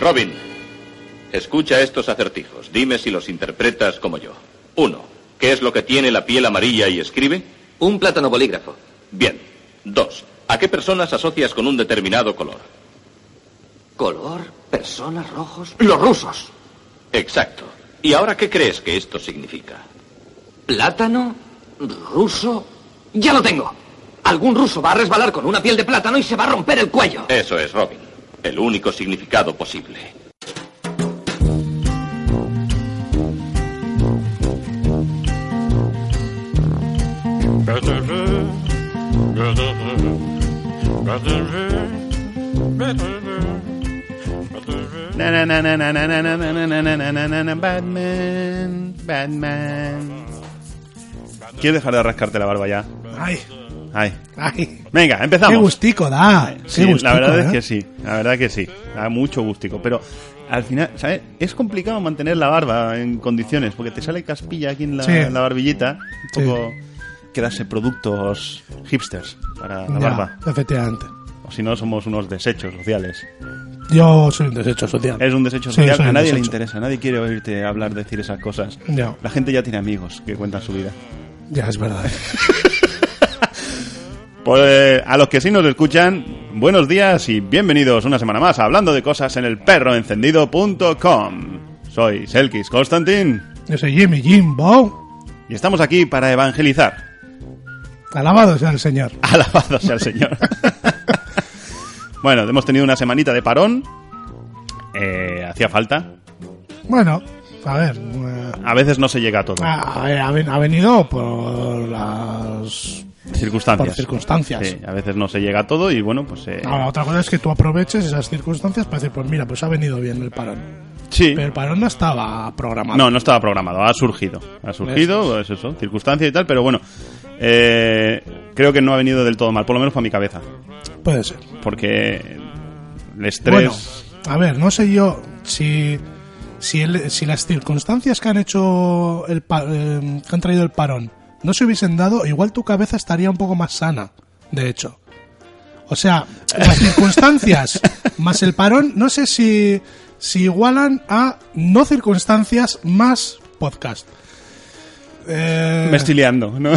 Robin, escucha estos acertijos. Dime si los interpretas como yo. Uno, ¿qué es lo que tiene la piel amarilla y escribe? Un plátano bolígrafo. Bien. Dos, ¿a qué personas asocias con un determinado color? Color, personas, rojos. Los rusos. Exacto. ¿Y ahora qué crees que esto significa? Plátano, ruso. Ya lo tengo. Algún ruso va a resbalar con una piel de plátano y se va a romper el cuello. Eso es, Robin. El único significado posible. Na, na, na, na, na, na, na, na, na, na, na, na, na, na, na, Batman, Batman. Quiero dejar de rascarte la barba ya. Ay, Ay. ay. Venga, Qué empezamos. gustico da. Qué Sí, gustico, la verdad es ¿eh? que sí, la verdad que sí. Da mucho gustico, pero al final, ¿sabes? Es complicado mantener la barba en condiciones porque te sale caspilla aquí en la, Sí. la barbillita. Sí. Un poco quedarse productos hipsters para la Ya, barba. efectivamente. O si no, somos unos desechos sociales. Yo soy un desecho social. Es un desecho Sí, social. soy a un nadie le desecho. interesa, nadie quiere oírte hablar, decir esas cosas. Ya. La gente ya tiene amigos que cuentan su vida. Ya, es verdad. Pues eh, a los que sí nos escuchan, buenos días y bienvenidos una semana más a hablando de cosas en el perroencendido.com. Soy Selkis Constantin Yo soy Jimmy Jimbo. y estamos aquí para evangelizar. Alabado sea el Señor. Alabado sea el Señor. bueno, hemos tenido una semanita de parón. Eh, hacía falta. Bueno, a ver. eh, A veces no se llega a todo. a- a ver, ha ven- ha venido por las. circunstancias. por circunstancias. Ah, Sí, a veces no se llega a todo y bueno, pues... eh, Ahora, otra cosa es que tú aproveches esas circunstancias para decir, pues mira, pues ha venido bien el parón. sí. Pero el parón no estaba programado. No, no estaba programado, ha surgido. Ha surgido, es eso, circunstancia y tal, pero bueno, eh, creo que no ha venido del todo mal, por lo menos para mi cabeza, Puede ser. porque el estrés... Bueno, a ver, no sé yo si si, el- si las circunstancias que han hecho el pa- eh, que han traído el parón no se hubiesen dado, igual tu cabeza estaría un poco más sana, de hecho. O sea, las circunstancias más el parón, no sé si si igualan a no circunstancias más podcast. Eh, Me estoy liando, ¿no?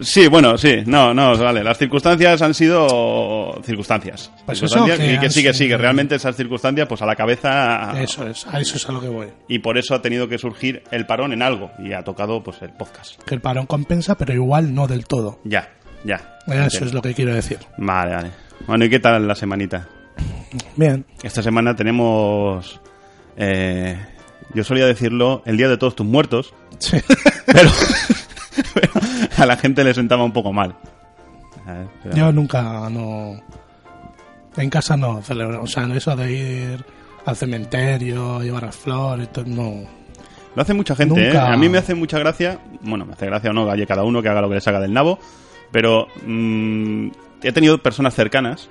Sí, bueno, sí, no, no, vale. Las circunstancias han sido circunstancias. Pues Circunstancias eso, que y que has- sí, que sí, que realmente esas circunstancias, pues a la cabeza. Eso es, a eso es a lo que voy. Y por eso ha tenido que surgir el parón en algo. Y ha tocado, pues, el podcast. Que el parón compensa, pero igual no del todo. Ya, ya. Eso es lo que quiero decir. Vale, vale. Bueno, ¿y qué tal la semanita? Bien. Esta semana tenemos. eh, yo solía decirlo el día de todos tus muertos, Sí. pero, pero a la gente le sentaba un poco mal. A ver, pero- Yo nunca no. En casa no celebro. O sea, eso de ir al cementerio, llevar las flores, todo, no. Lo hace mucha gente, Nunca. ¿eh? A mí me hace mucha gracia. Bueno, me hace gracia o no, galle cada uno que haga lo que le saca del nabo. Pero mm, he tenido personas cercanas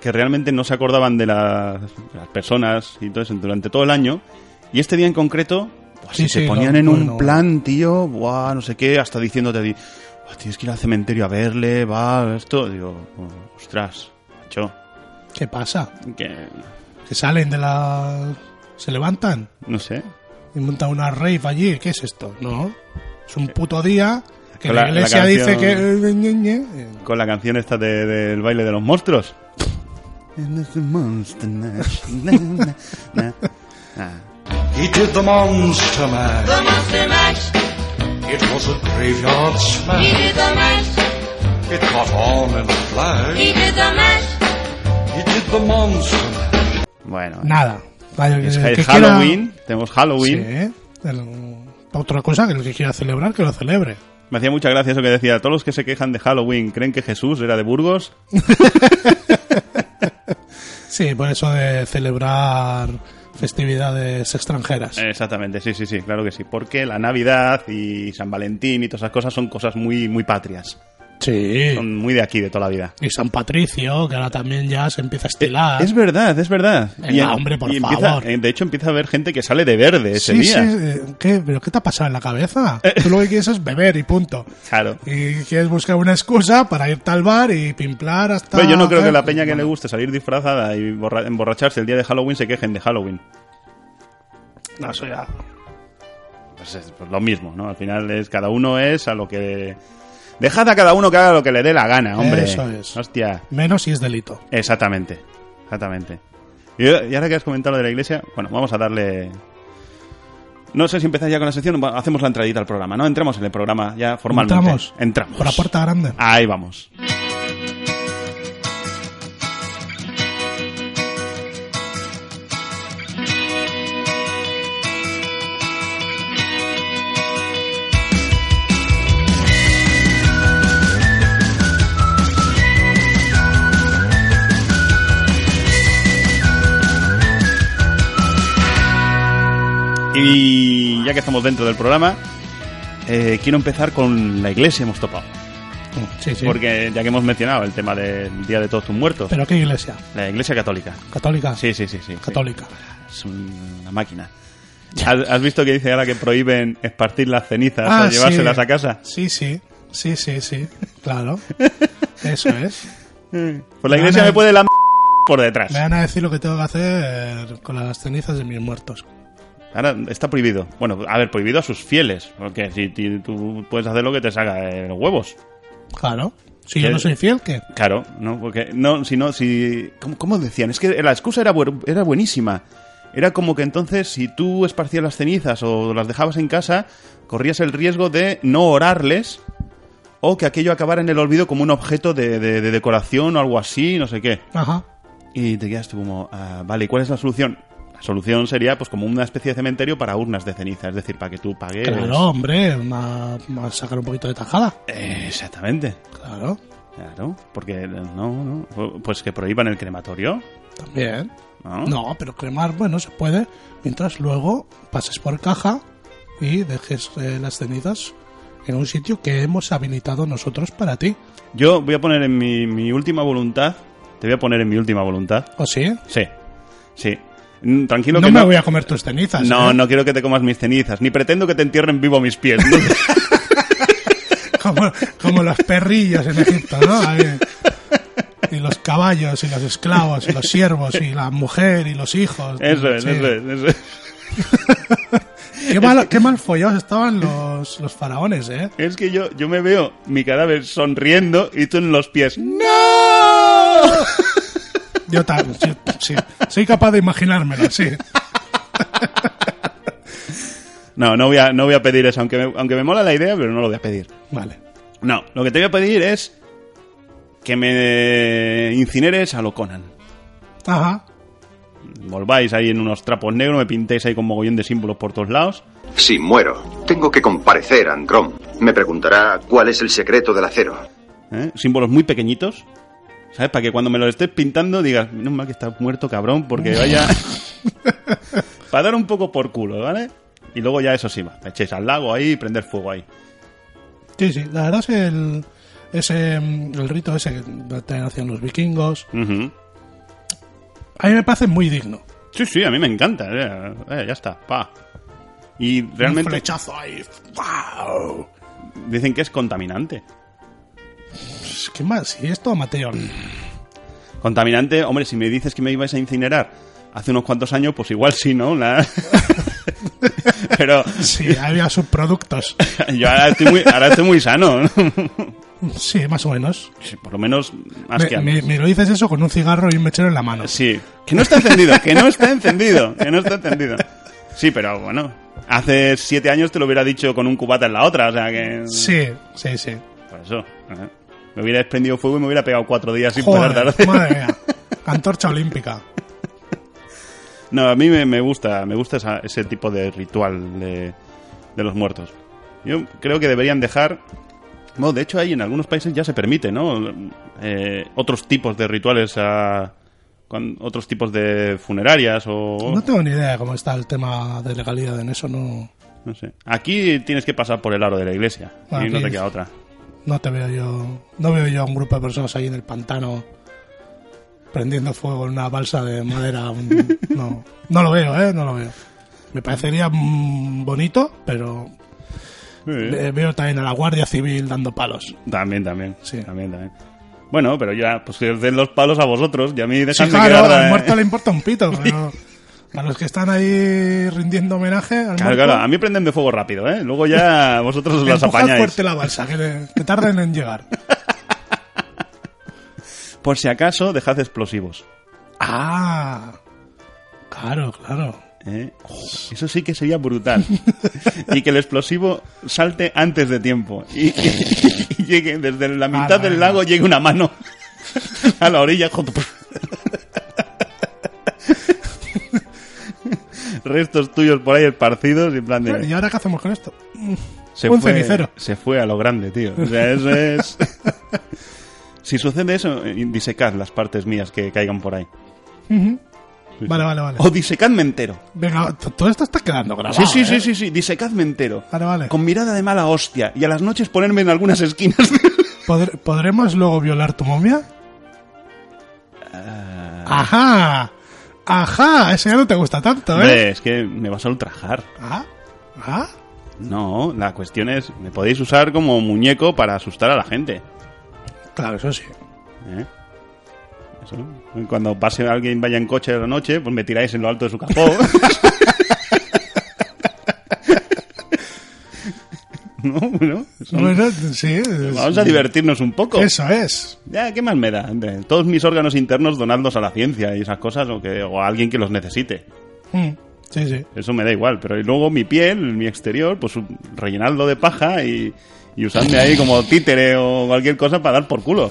que realmente no se acordaban de las, de las personas y todo eso durante todo el año. Y este día en concreto, buah, Sí, si se sí, ponían no, en no, un no. plan, tío, buah, no sé qué, hasta diciéndote, di, "Buah, tienes que ir al cementerio a verle, va, esto. Digo, oh, ostras, macho, ¿Qué pasa? que Que salen de la. Se levantan no sé. y montan una rave allí. ¿Qué es esto? No. Es un puto día que eh, La- la, la iglesia canción- dice que. Con la canción esta de- del baile de los monstruos. And it's a monster, na, na, na, na. Ah. He did the monster mash. The monster mash. It was a graveyard smash. He did the mash, It caught on in a flash. he did the mash, He did the monster mash. Bueno, Nada. Vaya, es el es eh, que quiera- Halloween, tenemos Halloween. Sí. el- Otra cosa que el que quiera celebrar, que lo celebre. Me hacía mucha gracia eso que decía, todos los que se quejan de Halloween creen que Jesús era de Burgos. Sí, por eso de celebrar festividades extranjeras. Eh, Exactamente, sí, sí, sí, claro que sí. Porque la Navidad y San Valentín y todas esas cosas son cosas muy, muy patrias. Sí. Son muy de aquí, de toda la vida. Y San Patricio, que ahora también ya se empieza a estilar. Es verdad, es verdad. Ah. Venga, hombre, por empieza- favor. eh, de hecho, empieza a haber gente que sale de verde ese sí, día. Eh. sí. eh, ¿Qué? ¿Pero qué te ha pasado en la cabeza? Tú lo que quieres es beber y punto. Claro. Y quieres buscar una excusa para irte al bar y pimplar hasta... Pero yo no creo que la hacer- peña que le guste salir disfrazada y borra- emborracharse el día de Halloween se quejen de Halloween. No, eso ya... Pues es pues lo mismo, ¿no? Al final es cada uno es a lo que... Dejad a cada uno que haga lo que le dé la gana, hombre. Eso es. Hostia. Menos si es delito. Exactamente. Exactamente. Y, y ahora que has comentado lo de la iglesia, bueno, vamos a darle... No sé si empezar ya con la sección, va- hacemos la entradita al programa, ¿no? Entramos en el programa ya formalmente. Entramos. Entramos. Ah, Por la puerta grande. Ahí vamos. Y ya que estamos dentro del programa, eh, quiero empezar con la iglesia hemos topado. Mm, Sí, sí. Porque ya que hemos mencionado el tema del Día de Todos tus Muertos, ¿Pero qué iglesia? la Iglesia Católica. ¿Católica? Sí, sí, sí, sí. Católica. sí. Es una máquina. ¿Has, has visto que dice ahora que prohíben esparcir las cenizas Ah, o llevárselas sí. a casa? Sí, sí. Sí, sí, sí. Claro. Eso es. Pues la Iglesia Ana. me puede la m- por detrás. Me van a decir lo que tengo que hacer con las cenizas de mis muertos. Ahora está prohibido. Bueno, a ver, prohibido a sus fieles. Porque si ti- tú puedes hacer lo que te salga de los huevos. Claro. Si yo ¿Qué? no soy fiel, ¿qué? Claro, no, porque no, si no, si ¿cómo, cómo decían? Es que la excusa era buer- era buenísima. Era como que entonces si tú esparcías las cenizas o las dejabas en casa, corrías el riesgo de no orarles o que aquello acabara en el olvido como un objeto de, de- de decoración o algo así, no sé qué. Ajá. Y te quedas tú como, ah, vale, ¿y cuál es la solución? La solución sería pues como una especie de cementerio para urnas de ceniza, es decir, para que tú pagues. Claro, hombre. Una, a sacar un poquito de tajada. Eh, exactamente. Claro. Claro, porque no, no, pues que prohíban el crematorio. También. ¿No? No, pero cremar, bueno, se puede. Mientras luego pases por caja y dejes eh, las cenizas en un sitio que hemos habilitado nosotros para ti. Yo voy a poner en mi, mi última voluntad. Te voy a poner en mi última voluntad. ¿O sí? Sí, sí. Mm, Tranquilo No que me no. voy a comer tus cenizas. no, ¿eh? no quiero que te comas mis cenizas, ni pretendo que te entierren vivo a mis pies. ¿no? como, como los perrillos en Egipto, ¿no? Ahí. Y los caballos, y los esclavos, y los siervos, y la mujer, y los hijos. eso es, Sí. eso es, eso es. Qué mal, qué mal follados estaban los, los faraones, ¿eh? Es que yo, yo me veo mi cadáver sonriendo y tú en los pies. ¡No! Yo también, sí, sí. Soy capaz de imaginármelo, sí. No, no voy a, no voy a pedir eso, aunque me, aunque me mola la idea, pero no lo voy a pedir. Vale. No, lo que te voy a pedir es que me incineres a lo Conan. Ajá. Volváis ahí en unos trapos negros, me pintéis ahí con mogollón de símbolos por todos lados. Si muero, tengo que comparecer a Andrón. Me preguntará cuál es el secreto del acero. ¿eh? símbolos muy pequeñitos, ¿sabes? Para que cuando me los estés pintando digas, menos mal que estás muerto, cabrón, porque vaya... Para dar un poco por culo, ¿vale? Y luego ya eso sí, va, te echéis al lago ahí y prender fuego ahí. Sí, sí. La verdad es que el, ese, mm, el rito ese que también hacían los vikingos. Ujú. A mí me parece muy digno. Sí, sí, a mí me encanta, eh, eh, ya está, pa. Y Un realmente flechazo ahí. ¡Wow! dicen que es contaminante. Pues, ¿Qué más? Si esto amateur. Contaminante, hombre, si me dices que me ibais a incinerar hace unos cuantos años, pues igual sí, ¿no? La- Pero Sí, había subproductos. yo ahora estoy muy, ahora estoy muy sano, ¿no? Sí, más o menos. Sí, Por lo menos más que Me, antes. me- me lo dices eso con un cigarro y un mechero en la mano. Sí, que no está encendido, que no está encendido, que no está encendido. Sí, pero bueno, hace siete años te lo hubiera dicho con un cubata en la otra, o sea que... Sí, sí, sí. Por eso. ajá. Me hubiera desprendido fuego y me hubiera pegado cuatro días sin Joder, parar de madre mía. Antorcha olímpica. No, a mí me, me gusta, me gusta esa- ese tipo de ritual de, de los muertos. Yo creo que deberían dejar... Bueno, de hecho ahí en algunos países ya se permite, ¿no? Eh, otros tipos de rituales a... con otros tipos de funerarias o... No tengo ni idea de cómo está el tema de legalidad en eso, no. No sé. Aquí tienes que pasar por el aro de la iglesia. Ah, y no aquí te es. queda otra. No te veo yo. No veo yo a un grupo de personas ahí en el pantano prendiendo fuego en una balsa de madera. un- no, no lo veo, ¿eh? No lo veo. Me parecería mm, bonito, pero eh, veo también a la Guardia Civil dando palos. También, también. Sí. También, también. Bueno, pero ya, pues que os den los palos a vosotros y a mí Sí, dejadme claro, que arda, al eh. muerto le importa un pito, pero a los que están ahí rindiendo homenaje al Claro, muerto, claro, a mí prenden de fuego rápido, ¿eh? Luego ya vosotros os las empujad apañáis. fuerte la balsa, que, le- que tarden en llegar. Por si acaso, dejad explosivos. Ah, claro, claro. ¿eh? Eso sí que sería brutal. y que el explosivo salte antes de tiempo. Y, y- y llegue desde la mitad Ala, del ala. lago, llegue una mano a la orilla. Restos tuyos por ahí esparcidos y en plan de... Bueno, ¿Y ahora qué hacemos con esto? se Un fue, cenicero. Se fue a lo grande, tío. O sea, eso es. si sucede eso, eh, disecad las partes mías que caigan por ahí. Vale, vale, vale. O disecadme entero. Venga, t- todo esto está quedando grabado. sí, sí, ¿eh? sí, sí, sí, disecadme entero. Vale, vale. Con mirada de mala hostia. Y a las noches ponerme en algunas esquinas. ¿Podr- ¿Podremos luego violar tu momia? Eh. ¡Ajá! ¡Ajá! Ese ya no te gusta tanto, ¿eh? Hombre, es que me vas a ultrajar. ¿Ah? ¿Ah? No, la cuestión es, me podéis usar como muñeco para asustar a la gente. Claro, eso sí. ¿eh? Eso. Cuando pase alguien vaya en coche a la noche, pues me tiráis en lo alto de su capó. no, no. Son- Bueno, sí. es- Vamos a divertirnos un poco. Eso es. Ya, ¿qué más me da? Hombre, Todos mis órganos internos donadlos a la ciencia y esas cosas o, que, o a alguien que los necesite. Mm, Sí, sí. Eso me da igual, pero y luego mi piel, mi exterior, pues un- rellenadlo de paja y, y usadme ahí como títere o cualquier cosa para dar por culo.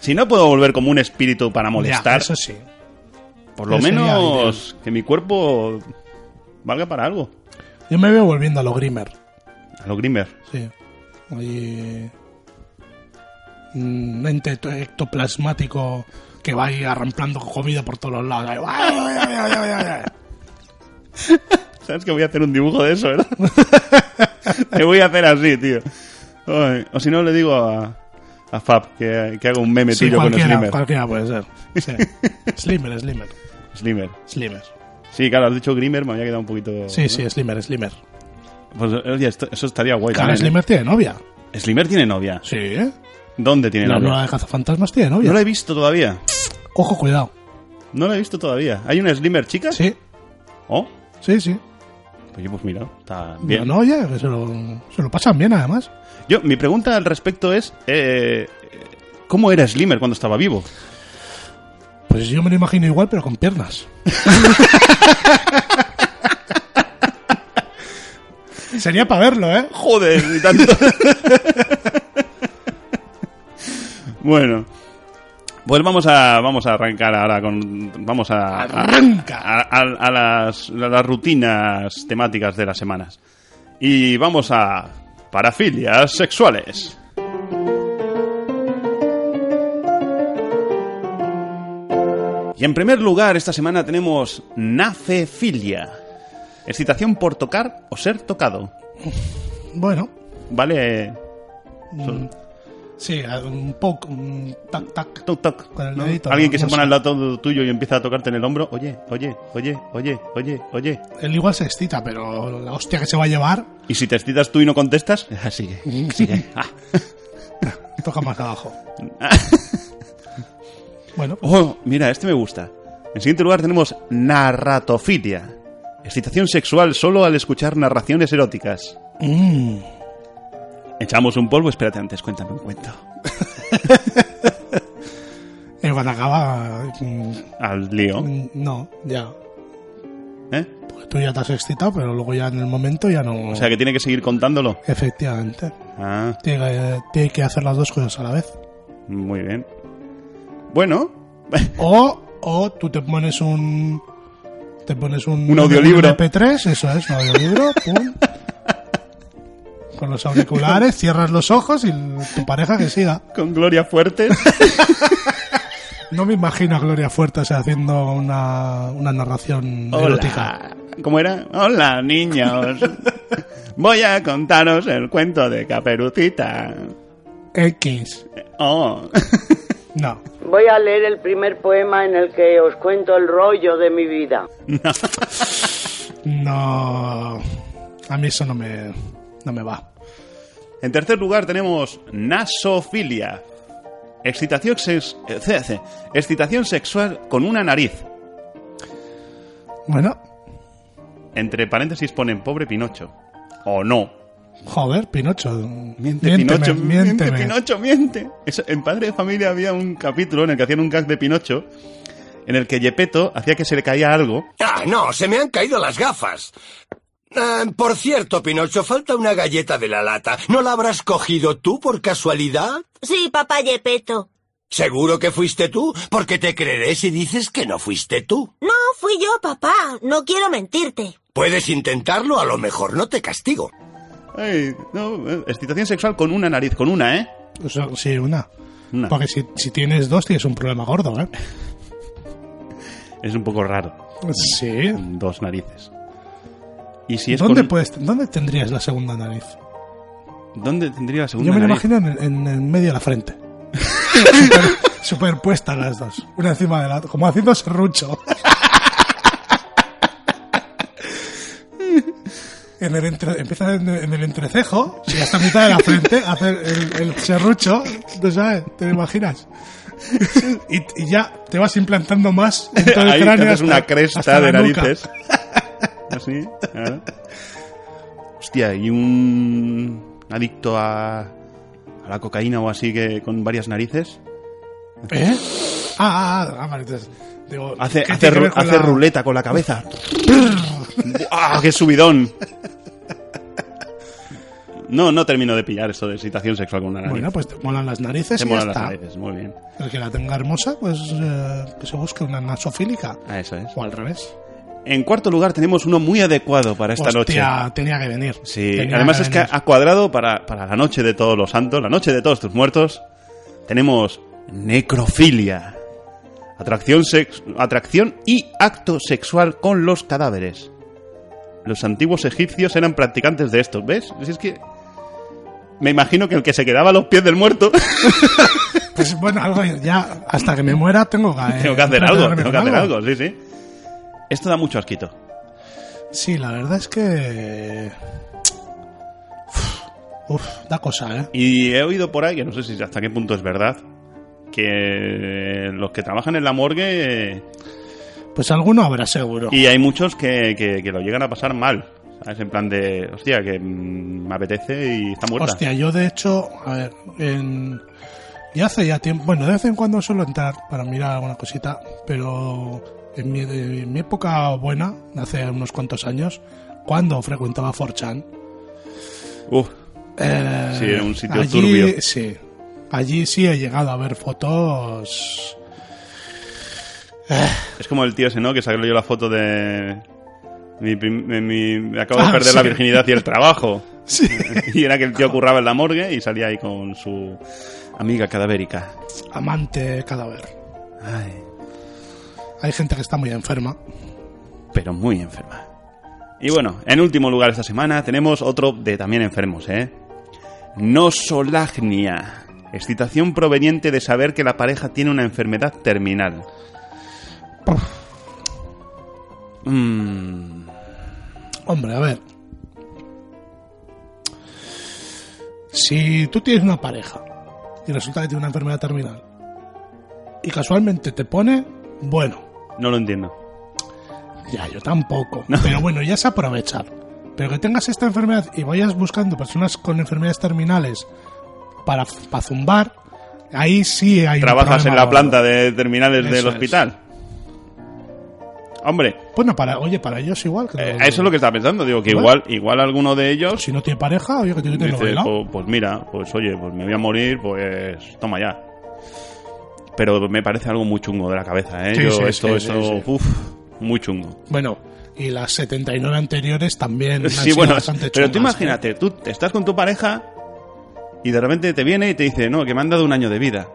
Si no puedo volver como un espíritu para Ya, molestar, eso sí. por lo eso sería menos que mi cuerpo valga para algo. Yo me veo volviendo a lo Grimmer. A lo Grimmer. Sí. Ahí. Un mm, ente to- ectoplasmático que va ahí arramplando comida por todos los lados. Ahí, ¡ay, ay, ay, ay, ay, ay, ay! ¿Sabes que voy a hacer un dibujo de eso, verdad? Te voy a hacer así, tío. Ay, o si no, le digo a, a Fab que, que haga un meme Sí, tuyo con cualquiera, Slimmer. cualquiera puede ser. Sí. Slimmer, Slimmer. Slimmer. Slimmer. Sí, claro, has dicho Grimmer, me había quedado un poquito... Sí, sí, Slimmer, Slimmer. Pues oye, esto- eso estaría guay. Claro, también, ¿eh? Slimmer tiene novia. Slimer tiene novia. Sí, ¿eh? ¿Dónde tiene La novia? nueva de Cazafantasmas tiene No novia. la he visto todavía. Ojo, cuidado. No la he visto todavía. ¿Hay una Slimer chica? Sí, Oh, sí, sí. oye, pues mira, está bien. No, no, oye, que se lo, se lo pasan bien además. Yo, mi pregunta al respecto es... eh, ¿Cómo era Slimer cuando estaba vivo? Pues yo me lo imagino igual, pero con piernas. Sería para verlo, ¿eh? Joder, y tanto. bueno. Pues vamos a, vamos a arrancar ahora con. Vamos a. Arranca. A, a- a las, a las rutinas temáticas de las semanas. Y vamos a. Parafilias sexuales. Y en primer lugar, esta semana tenemos nacefilia. Excitación por tocar o ser tocado. Bueno, Vale. Mm. sí, un poco, un tac, tac. Toc, toc. Con el ¿no? dedito, Alguien que no se sé. pone al lado tuyo y empieza a tocarte en el hombro. Oye, oye, oye, oye, oye, oye. Él igual se excita, pero la hostia que se va a llevar Y si te excitas tú y no contestas, ah, sigue, sigue. Ah. toca más abajo. Bueno, pues, Oh, mira, este me gusta. En siguiente lugar tenemos narratofilia. Excitación sexual solo al escuchar narraciones eróticas. mm, Echamos un polvo, espérate antes, cuéntame un cuento. el Guadalajara, eh, mm, Al lío. mm, no, ya. ¿eh? Porque tú ya te has excitado, pero luego ya en el momento ya no. O sea que tiene que seguir contándolo. Efectivamente. Ah. Tiene que, tiene que hacer las dos cosas a la vez. Muy bien. Bueno, O, o tú te pones un. Te pones un. Un audiolibro. MP3, eso es, un audiolibro. pum. Con los auriculares, cierras los ojos y tu pareja que siga. con Gloria Fuerte. No me imagino a Gloria Fuertes haciendo una, una narración erótica. Hola. ¿Cómo era? Hola, niños. Voy a contaros el cuento de Caperucita. X. Oh. No. Voy a leer el primer poema en el que os cuento el rollo de mi vida. No. A mí eso no me, no me va. En tercer lugar tenemos nasofilia. Excitación, sex- eh, ce- ce- excitación sexual con una nariz. Bueno, Entre paréntesis ponen pobre Pinocho. O no. joder, Pinocho. Miente, Pinocho, miente, Pinocho, miente. Eso, en Padre de Familia había un capítulo en el que hacían un gag de Pinocho en el que Yepeto hacía que se le caía algo. Ah, no, se me han caído las gafas. Ah, por cierto, Pinocho, falta una galleta de la lata. ¿No la habrás cogido tú por casualidad? Sí, papá Yepeto. Seguro que fuiste tú, porque te creeré si dices que no fuiste tú. No, fui yo, papá. No quiero mentirte. Puedes intentarlo, a lo mejor no te castigo. Ay, no, eh, excitación sexual con una nariz, con una, ¿eh? Eso, sí, una. Una. Porque si, si tienes dos, tienes un problema gordo, ¿eh? Es un poco raro. Sí. Dos narices. Y si es ¿Dónde, con- puedes, ¿Dónde tendrías la segunda nariz? ¿Dónde tendría la segunda Yo me la nariz? imagino en, en- en medio de la frente. Super- superpuestas las dos. Una encima de la otra. Como haciendo serrucho. En el entre- empieza en, en el entrecejo y hasta mitad de la frente hacer el, el serrucho, ¿tú sabes? ¿Te lo imaginas? Y, y ya te vas implantando más en todo el Ahí te cráneo. haces hasta- una cresta hasta de la nuca. narices. Así. claro. Hostia, y un adicto a, a la cocaína o así que con varias narices. ¿Eh? Ah, ah, ah, ah, vale, entonces, digo, Hace, ¿qué hace, tiene que ru- ver con hace la- ruleta con la cabeza. ¡Ah, qué subidón! No, no termino de pillar esto de excitación sexual con una nariz. Bueno, pues te molan las narices Te y ya molan las está. narices, muy bien. El que la tenga hermosa, pues eh, que se busque una nasofílica. Ah, eso es. O al revés. En cuarto lugar tenemos uno muy adecuado para esta noche. Hostia, tenía que venir. Sí, Tenía además es que venir. ha cuadrado para, para la noche de todos los santos, la noche de todos tus muertos. Tenemos necrofilia. Atracción, sex- atracción y acto sexual con los cadáveres. Los antiguos egipcios eran practicantes de esto, ¿ves? Si es que. Me imagino que el que se quedaba a los pies del muerto. Pues bueno, algo ya, hasta que me muera tengo que, eh, tengo que hacer algo, entretenerme tengo que con hacer algo, sí, sí. Esto da mucho asquito. Sí, la verdad es que. Uf, da cosa, ¿eh? Y he oído por ahí, que no sé si hasta qué punto es verdad, que los que trabajan en la morgue. eh, Pues alguno habrá seguro. Y hay muchos que, que- que lo llegan a pasar mal. ¿sabes? En plan de, hostia, que mm, me apetece y está muerta. Hostia, yo de hecho, a ver, en... ya hace ya tiempo, bueno, de vez en cuando suelo entrar para mirar alguna cosita, pero en mi, de- en mi época buena, hace unos cuantos años, cuando frecuentaba 4chan, Uf, eh, Sí, era un sitio allí, turbio. Sí, allí sí he llegado a ver fotos... es como el tío ese, ¿no? Que salió yo la foto de... Mi, prim- de mi- me acabo de Ah, perder sí. la virginidad y el trabajo. Sí. y era que el tío curraba en la morgue y salía ahí con su amiga cadavérica. Amante cadáver. Ay, Hay gente que está muy enferma. pero muy enferma. Y bueno, en último lugar esta semana tenemos otro de también enfermos, ¿eh? Nosolagnia. Excitación proveniente de saber que la pareja tiene una enfermedad terminal. Mm, Hombre, a ver. Si tú tienes una pareja y resulta que tiene una enfermedad terminal y casualmente te pone, bueno, no lo entiendo. ya yo tampoco, pero bueno, ya es aprovechar. Pero que tengas esta enfermedad y vayas buscando personas con enfermedades terminales para, para zumbar, ahí sí hay un Trabajas en problema la gordo. planta de terminales Eso del es. hospital. Hombre, Bueno, para, oye, para ellos igual. que- eh, eso es lo que estaba pensando. Digo que Igual. igual, igual alguno de ellos Si no tiene pareja, oye, que tiene Dice, novela. "Po- pues mira, pues oye, pues me voy a morir, pues toma ya. Pero me parece algo muy chungo de la cabeza, ¿eh? Sí, Yo sí, esto, sí, esto, sí, sí. uf, muy chungo. Bueno, y las 79 anteriores también. han Sí, sido bueno, bastante pero tú chungas, imagínate, tú estás con tu pareja y de repente te viene y te dice, no, que me han dado un año de vida.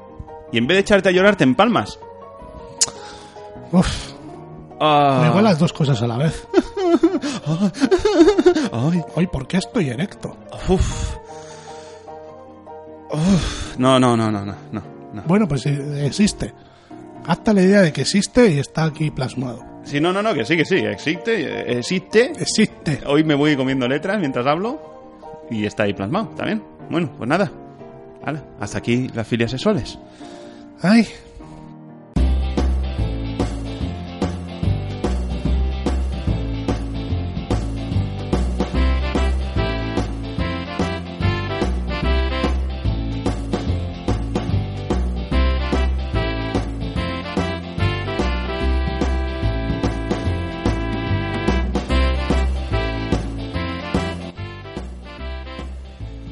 Y en vez de echarte a llorar, te empalmas. ¿eh? Uf, Ah, Ah. me igual las dos cosas a la vez. Ay, Ah. Hoy, ¿por qué estoy erecto? uf. Uf. No, no, no, no, no, no. no. Bueno, pues eh, existe. Hasta la idea de que existe y está aquí plasmado. Sí, no, no, no, que sí, que sí, existe, eh, existe. Existe. Hoy me voy comiendo letras mientras hablo y está ahí plasmado también. Bueno, pues nada. Hala, hasta aquí las filias sexuales. Ay,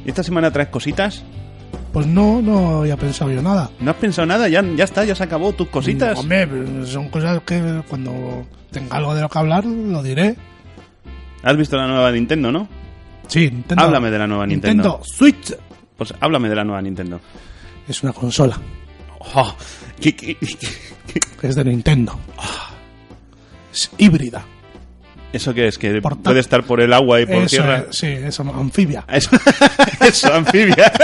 ¿Y esta semana traes cositas? pues no, no había pensado yo nada. ¿No has pensado nada? Ya, ya está, ya se acabó tus cositas. Mm, Hombre, pero son cosas que cuando tenga algo de lo que hablar lo diré. Has visto la nueva Nintendo, ¿no? Sí, Nintendo. Háblame de la nueva Nintendo. Nintendo Switch Pues háblame de la nueva Nintendo. es una consola. Oh, qué- qué- qué- Es de Nintendo. Ah, Es híbrida. ¿Eso qué es? ¿Que Portátil. puede estar por el agua y por Eso tierra? es, sí, es anfibia. Eso, eso, anfibia.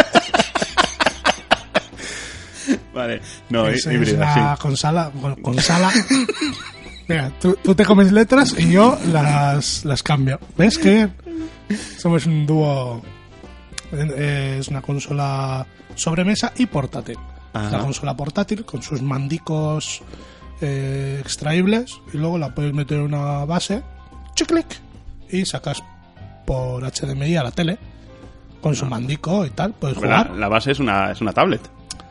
vale, no, es, hí- es híbrida, una sí. consola. con- consola. Mira, tú, tú te comes letras y yo las, las cambio. ¿Ves que somos un dúo? Eh, Es una consola sobremesa y portátil. La Ajá. consola portátil con sus mandicos eh, extraíbles y luego la puedes meter en una base, chiclic, y sacas por HDMI a la tele con Ah. su mandico y tal. Puedes Pero La, jugar. la base es una, es una tablet.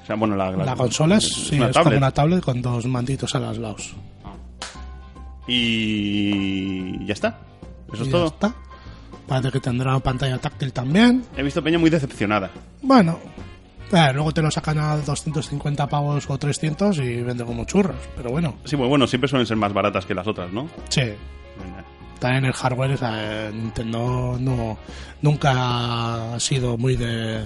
O sea, bueno, la, la- La consola es, sí, una es como tablet. una tablet con dos manditos a los lados. Y ya está. Eso Y es ya todo. está. Parece que tendrá pantalla táctil también. He visto Peña muy decepcionada. Bueno, eh, luego te lo sacan a 250 pavos o 300 y vende como churros. Pero bueno, Sí, pues bueno, bueno, siempre suelen ser más baratas que las otras, ¿no? sí. También el hardware, o sea, Nintendo no, nunca ha sido muy de.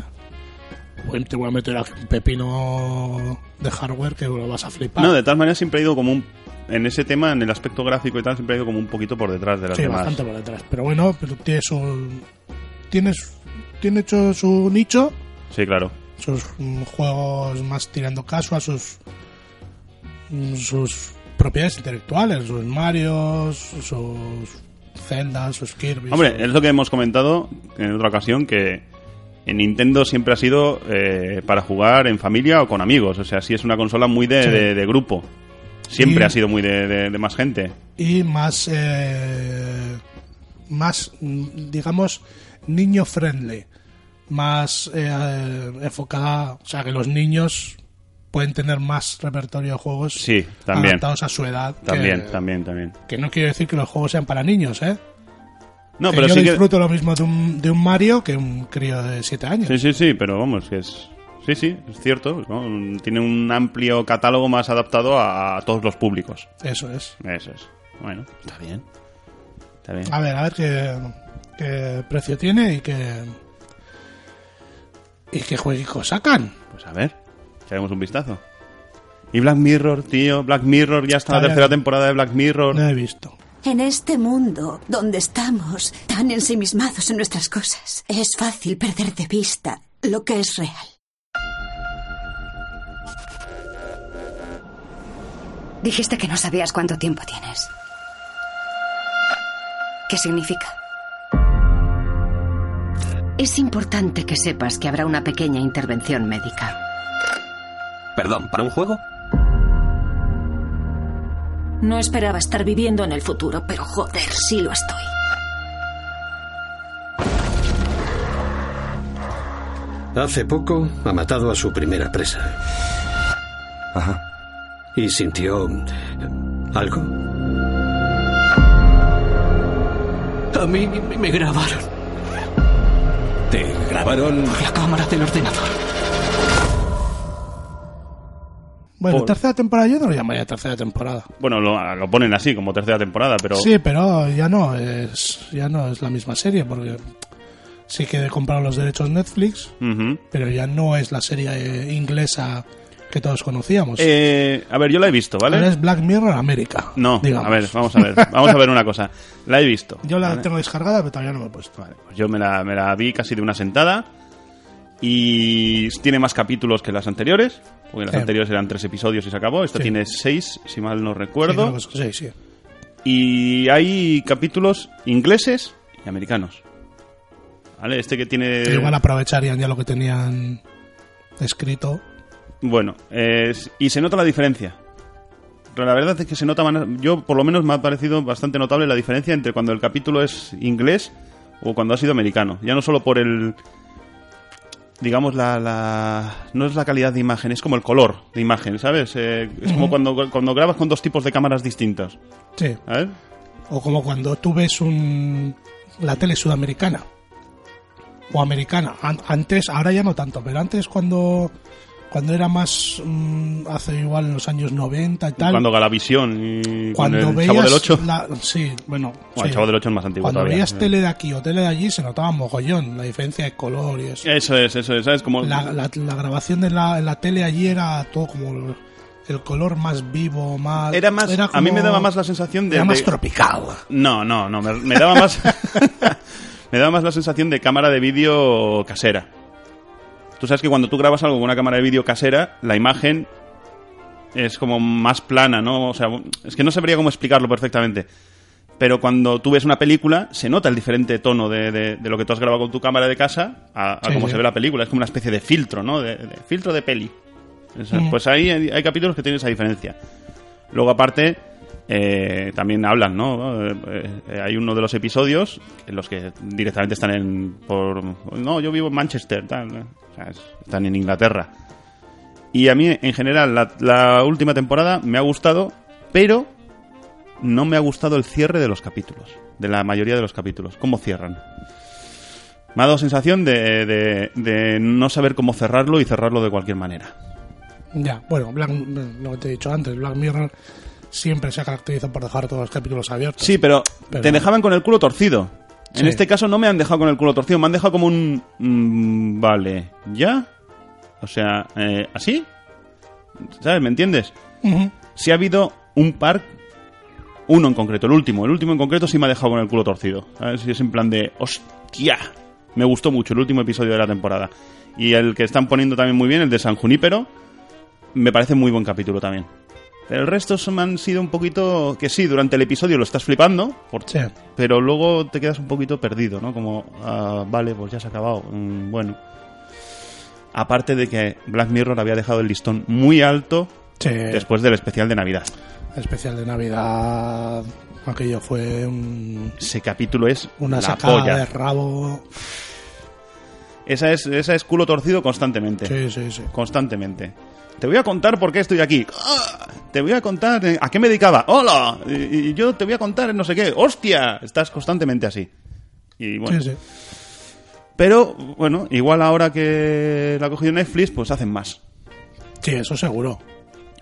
"Bueno, Te voy a meter aquí un pepino de hardware que lo vas a flipar. No, de todas maneras siempre he ido como un... En ese tema, en el aspecto gráfico y tal, siempre he ido como un poquito por detrás de las Sí, demás. bastante por detrás. Pero bueno, pero tiene su. Tiene, su- tiene hecho su nicho, Sí, claro. sus mm, juegos más tirando caso a sus. mm, sus propiedades intelectuales, sus Marios, sus Zeldas, sus Kirby. Hombre, es lo que hemos comentado en otra ocasión, que en Nintendo siempre ha sido eh, para jugar en familia o con amigos. O sea, sí es una consola muy de, Sí. de- de grupo. Siempre Y- ha sido muy de, de- de más gente. y más eh, más mm, digamos niño friendly más eh, enfocada o sea que los niños pueden tener más repertorio de juegos Sí, también. adaptados a su edad que- También, también, también. que no quiero decir que los juegos sean para niños eh No, Que pero yo sí que... disfruto lo mismo de un, de un Mario que un crío de 7 años Sí, sí, sí, pero vamos, que es... Sí, sí, es cierto. ¿no? Tiene un amplio catálogo más adaptado a, a todos los públicos. eso es Eso es. Bueno, está bien. Está bien. A ver, a ver qué, qué precio tiene y qué. Y qué jueguicos sacan. Pues a ver, echaremos un vistazo. Y Black Mirror, tío, Black Mirror, ya está la Ah, ya. tercera temporada de Black Mirror. No he visto. En este mundo donde estamos tan ensimismados en nuestras cosas, es fácil perder de vista lo que es real. Dijiste que no sabías cuánto tiempo tienes. ¿Qué significa? Es importante que sepas que habrá una pequeña intervención médica. Perdón, ¿para un juego? No esperaba estar viviendo en el futuro, pero joder, sí lo estoy. Hace poco ha matado a su primera presa. Ajá. ¿Y sintió eh, algo? A mí me grabaron. ¿Te grabaron? La cámara del ordenador. Bueno, Por- tercera temporada yo no lo llamaría tercera temporada. Bueno, lo, lo ponen así, como tercera temporada, pero... Sí, pero ya no es ya no es la misma serie porque sí que compraron los derechos Netflix, Ujú. pero ya no es la serie eh, inglesa que todos conocíamos. Eh, a ver, yo la he visto, ¿vale? Ahora es Black Mirror América. No, digamos. a ver, vamos a ver. Vamos a ver una cosa. La he visto. Yo la ¿vale? tengo descargada, pero todavía no me he puesto. Pues yo me la, me la vi casi de una sentada. Y tiene más capítulos que las anteriores. Porque las Sí. anteriores eran tres episodios y se acabó. Esta Eh. Sí. tiene seis, si mal no recuerdo. Sí, creo que sí, sí. Y hay capítulos ingleses y americanos. ¿Vale? Este que tiene. Igual aprovecharían ya lo que tenían escrito. Bueno, es- y se nota la diferencia. Pero la verdad es que se nota, man- yo por lo menos me ha parecido bastante notable la diferencia entre cuando el capítulo es inglés o cuando ha sido americano. Ya no solo por el, digamos, la, la- no es la calidad de imagen, es como el color de imagen, ¿sabes? Eh, es como Ujú. cuando, cuando grabas con dos tipos de cámaras distintas. Sí. ¿sabes? O como cuando tú ves un, la tele sudamericana o americana. An- antes, ahora ya no tanto, pero antes cuando cuando era más mm, hace igual en los años 90 y tal. Cuando Galavisión y con cuando el veías Chavo del 8. la- sí, bueno, Bueno, el sí. Chavo del 8 es más antiguo Cuando todavía. veías tele de aquí o tele de allí se notaba mogollón la diferencia de color y eso. Eso es, eso es, ¿sabes? Como La, la- la grabación de la, en la tele allí era todo como el, el color más vivo, más... Era más- a mí me daba más la sensación de- Era más de- tropical. No, no, no. Me, me daba más. me daba más la sensación de cámara de vídeo casera. Tú sabes que cuando tú grabas algo con una cámara de vídeo casera, la imagen es como más plana, ¿no? O sea, es que no sabría cómo explicarlo perfectamente. Pero cuando tú ves una película, se nota el diferente tono de, de- de lo que tú has grabado con tu cámara de casa a, a Sí, cómo sí. se ve la película. Es como una especie de filtro, ¿no? De, de filtro de peli. O sea, Ujú. Pues ahí hay, hay capítulos que tienen esa diferencia. Luego, aparte, eh, también hablan, ¿no? Eh, eh, hay uno de los episodios en los que directamente están en. Por, no, yo vivo en Manchester, tal. ¿no? O sea, es- están en Inglaterra. Y a mí, en general, la, la última temporada me ha gustado, pero no me ha gustado el cierre de los capítulos. De la mayoría de los capítulos. ¿Cómo cierran? Me ha dado sensación de, de- de no saber cómo cerrarlo y cerrarlo de cualquier manera. Ya, bueno, Black, lo que te he dicho antes, Black Mirror siempre se ha caracterizado por dejar todos los capítulos abiertos. Sí, pero, Pero- te dejaban con el culo torcido. En Sí. este caso no me han dejado con el culo torcido, me han dejado como un... mm, vale, ¿ya? O sea, eh, ¿así? ¿Sabes? ¿Me entiendes? Ujú. Si ha habido un par, uno en concreto, el último. El último en concreto sí me ha dejado con el culo torcido. ¿sabes? Y Es en plan de, hostia, me gustó mucho el último episodio de la temporada. Y el que están poniendo también muy bien, el de San Junípero, me parece muy buen capítulo también. Pero el resto son- han sido un poquito que sí, durante el episodio lo estás flipando, por- Sí. pero luego te quedas un poquito perdido, ¿no? Como, ah, vale, pues ya se ha acabado. mm, bueno. Aparte de que Black Mirror había dejado el listón muy alto Sí. después del especial de Navidad. El especial de Navidad, aquello fue un- Ese capítulo es una la sacada polla. de rabo. Esa es, esa es culo torcido constantemente. Sí, sí, sí. Constantemente. Te voy a contar por qué estoy aquí. ¡Ah! Te voy a contar eh, a qué me dedicaba. ¡Hola! Y, y yo te voy a contar no sé qué. ¡Hostia! Estás constantemente así. Y bueno. Sí, sí. Pero bueno, igual ahora que la ha cogido Netflix, pues hacen más. Sí, eso seguro.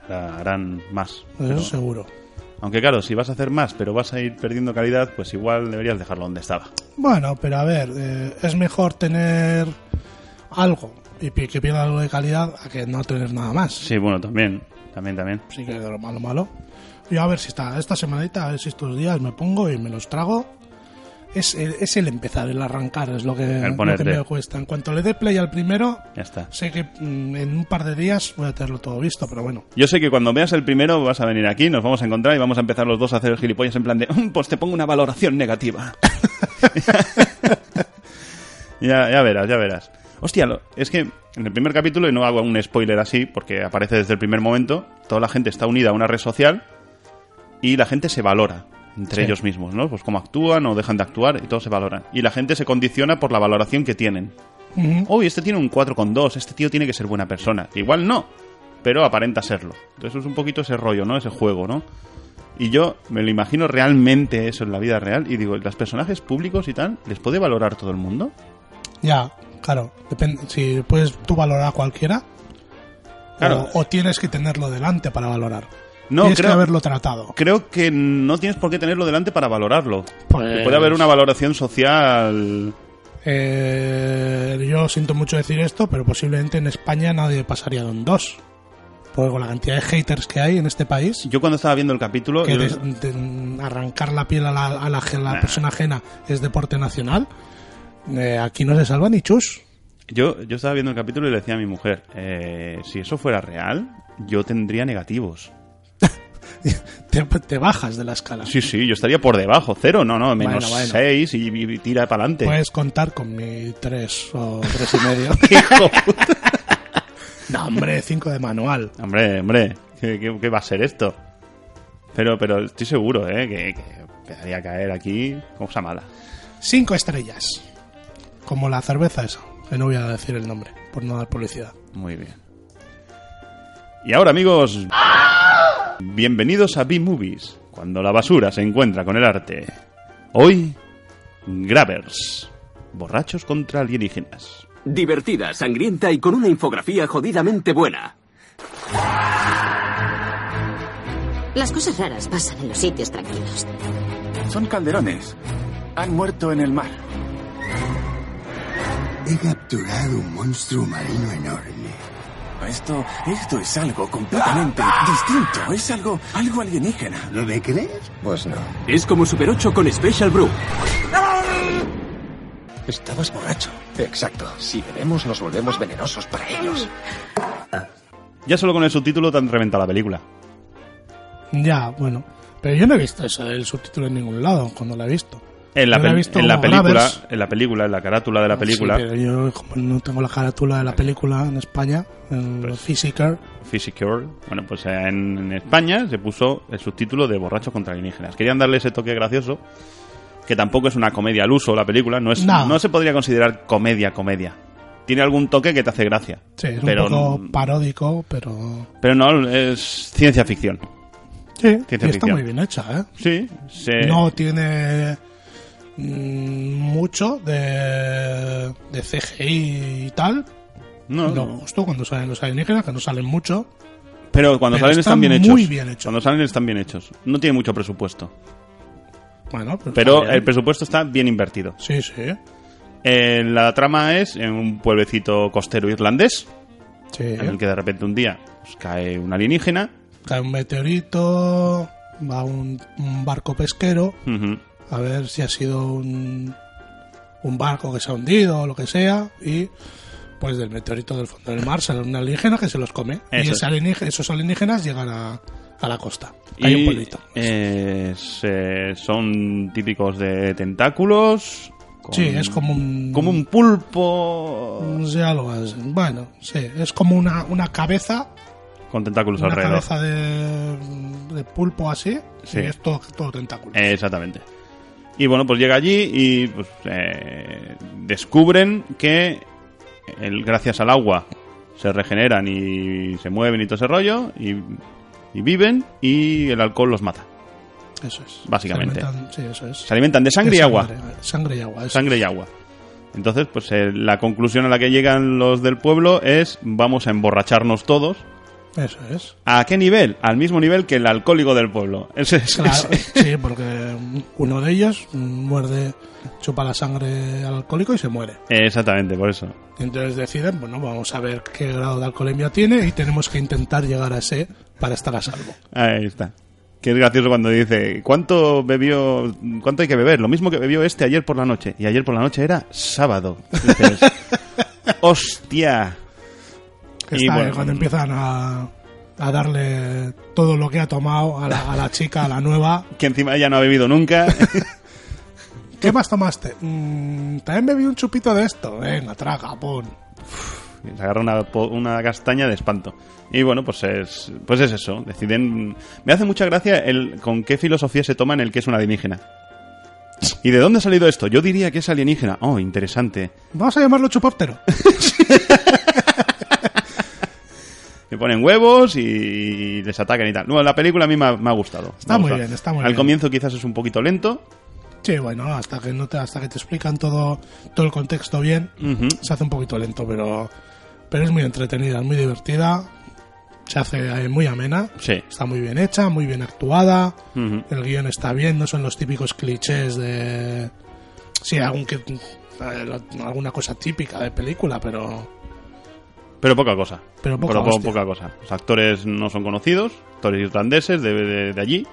Ahora harán más. Eso Pero- seguro. aunque claro, si vas a hacer más, pero vas a ir perdiendo calidad, pues igual deberías dejarlo donde estaba. Bueno, pero a ver, eh, es mejor tener algo y pi- que pierda algo de calidad a que no tener nada más. Sí, bueno, también. También, también. Sí que de lo malo malo. Yo a ver si está esta semanita, a ver si estos días me pongo y me los trago. Es el, es el empezar, el arrancar, es lo que, El lo que ponerte. me cuesta. En cuanto le dé play al primero, Ya está. sé que mm, en un par de días voy a tenerlo todo visto, pero bueno. Yo sé que cuando veas el primero vas a venir aquí, nos vamos a encontrar y vamos a empezar los dos a hacer el gilipollas en plan de, "Mm, pues te pongo una valoración negativa. ya, ya verás, ya verás. Hostia, lo- es que en el primer capítulo, y no hago un spoiler así, porque aparece desde el primer momento, toda la gente está unida a una red social y la gente se valora Sí. entre ellos mismos, ¿no? Pues cómo actúan o dejan de actuar y todos se valoran. Y la gente se condiciona por la valoración que tienen. Uy, este tiene un 4,2, este tío tiene que ser buena persona. Igual no, pero aparenta serlo. Entonces es un poquito ese rollo, ¿no? Ese juego, ¿no? Y yo me lo imagino realmente eso en la vida real y digo, ¿los personajes públicos y tal les puede valorar todo el mundo? Ya, claro, depende si puedes tú valorar a cualquiera. Claro. O, o tienes que tenerlo delante para valorar. No, tienes creo- que haberlo tratado. Creo que no tienes por qué tenerlo delante para valorarlo. Pues- Que Puede haber una valoración social... Eh, yo siento mucho decir esto, pero posiblemente en España nadie pasaría de un 2. Porque con la cantidad de haters que hay en este país. Yo cuando estaba viendo el capítulo. Que yo- de- de arrancar la piel a la, a la- a la persona ajena es deporte nacional. eh, aquí no se salva ni chus. Yo, yo estaba viendo el capítulo y le decía a mi mujer, eh, si eso fuera real, yo tendría negativos. Te, te bajas de la escala. Sí, sí, yo estaría por debajo, cero, no, no, menos Bueno, Pues- bueno. seis y, y tira para adelante. Puedes contar con mi 3 o 3 y medio. no, hombre, 5 de manual. Hombre, hombre, ¿qué, qué- qué va a ser esto? Pero, pero estoy seguro, ¿eh? Que, que quedaría caer aquí cosa mala. 5 estrellas. Como la cerveza esa. Que no voy a decir el nombre, por no dar publicidad. Muy bien. Y ahora, amigos, bienvenidos a B-Movies, cuando la basura se encuentra con el arte. Hoy, Grabbers, borrachos contra alienígenas. Divertida, sangrienta y con una infografía jodidamente buena. Las cosas raras pasan en los sitios tranquilos. Son calderones. Han muerto en el mar. He capturado un monstruo marino enorme. Esto, esto es algo completamente distinto. Es algo, algo alienígena. ¿Lo me crees? Pues no. Es como Super 8 con Special Brew. Estabas borracho. Exacto. Si bebemos, nos volvemos venenosos para ellos. Ya solo con el subtítulo tan reventa la película. Ya, bueno. Pero yo no he visto eso del subtítulo en ningún lado cuando la he visto. En la, Yo la he pel- visto en la como película, Grabbers. en la película, en la carátula de la película, Sí, pero yo, como no tengo la carátula de la película en España, en Pues Physiker, Physicure, bueno, pues en, en España se puso el subtítulo de Borrachos contra alienígenas. Querían darle ese toque gracioso, que tampoco es una comedia al uso la película, no, es, No. no. se podría considerar comedia, comedia. Tiene algún toque que te hace gracia. sí, es pero, un poco paródico, pero. pero no, es ciencia ficción. Sí, y Ciencia está ficción. Eh. muy bien hecha, ¿eh? Sí, se- No tiene mm, mucho de, de CGI y tal. No, Lo no. justo cuando salen los alienígenas, que no salen mucho. Pero cuando Pero salen está están bien hechos. muy bien hecho. Cuando salen están bien hechos. No tiene mucho presupuesto. Bueno, pero. Pero está bien. el presupuesto está bien invertido. Sí, sí. Eh, la trama es en un pueblecito costero irlandés, Sí. en el que de repente un día pues, cae un alienígena. Cae un meteorito, va un, un barco pesquero, Ujú. a ver si ha sido un, un barco que se ha hundido o lo que sea, y pues del meteorito del fondo del mar sale un alienígena que se los come. y Eso es. ese alienígena- esos alienígenas llegan a, a la costa. Hay un Y, pueblito. eh, se- son típicos de tentáculos. con- Sí, es como un... como un pulpo... Sí, algo así. Bueno, sí, es como una, una cabeza, Con tentáculos una Pues alrededor. cabeza de, de pulpo así, Sí. y es todo, todo tentáculo. Eh, exactamente. Y bueno, pues llega allí y pues, eh, descubren que el, gracias al agua se regeneran y se mueven y todo ese rollo y, y viven y el alcohol los mata. Eso es. Básicamente. Se alimentan, sí, eso es. Se alimentan de sangre y agua. sangre, Sangre y agua. eso Sangre y agua. Entonces, pues eh, la conclusión a la que llegan los del pueblo es vamos a emborracharnos todos. Eso es. ¿A qué nivel? Al mismo nivel que el alcohólico del pueblo. Ese es- Claro, ese- sí, porque uno de ellos muerde, chupa la sangre al alcohólico y se muere. Exactamente, por eso. Y entonces deciden, bueno, vamos a ver qué grado de alcoholemia tiene y tenemos que intentar llegar a ese para estar a salvo. Ahí está. Que es gracioso cuando dice, ¿cuánto bebió, cuánto hay que beber? Lo mismo que bebió este ayer por la noche. Y ayer por la noche era sábado. Dices, ¡Hostia! Que Y está, bueno, mm. eh, cuando empiezan a, a darle todo lo que ha tomado a la, a la chica, a la nueva. Que encima ella no ha bebido nunca. ¿Qué más tomaste? Mm, también bebí un chupito de esto. Venga, traga, pon. Se agarra una, po- una castaña de espanto. Y bueno, pues es, pues es eso. Deciden. Me hace mucha gracia el con qué filosofía se toman el que es un alienígena. ¿Y de dónde ha salido esto? Yo diría que es alienígena. Oh, interesante. Vamos a llamarlo chupóptero. Le ponen huevos y les atacan y tal. No, la película a mí me ha, me ha gustado. Está Me ha muy gustado. bien, está muy Al bien. comienzo quizás es un poquito lento. Sí, bueno, hasta que no te, hasta que te explican todo, todo el contexto bien, se hace un poquito lento, pero, pero es muy entretenida, es muy divertida, se hace eh, muy amena, Sí. está muy bien hecha, muy bien actuada, Ujú. el guión está bien, no son los típicos clichés de sí, algún que- eh, lo- alguna cosa típica de película, pero Pero poca cosa. Pero poca po- hostia. poca cosa. Los actores no son conocidos, actores irlandeses de, de- de allí.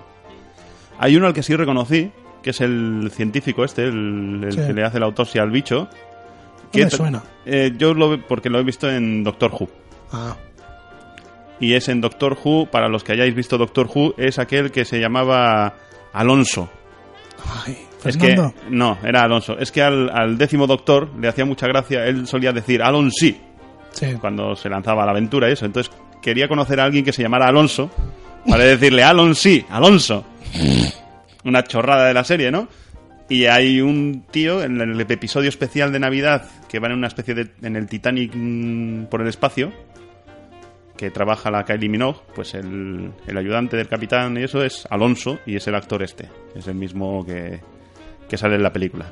Hay uno al que sí reconocí, que es el científico este, el, el Sí. que le hace la autopsia al bicho. me tra- suena. eh, yo lo porque lo he visto en Doctor Who. Ah, Y es en Doctor Who, para los que hayáis visto Doctor Who, es aquel que se llamaba Alonso. Es que, Fernando. no, era Alonso. Es que al, al décimo doctor le hacía mucha gracia, él solía decir Alonso Sí. cuando se lanzaba a la aventura y eso. Entonces quería conocer a alguien que se llamara Alonso para decirle Alonso, Alonso. Una chorrada de la serie, ¿no? Y hay un tío en el episodio especial de Navidad que van en una especie de. en el Titanic mm, por el espacio que trabaja la Kylie Minogue, pues el, el ayudante del capitán y eso es Alonso y es el actor este. Es el mismo que, que sale en la película.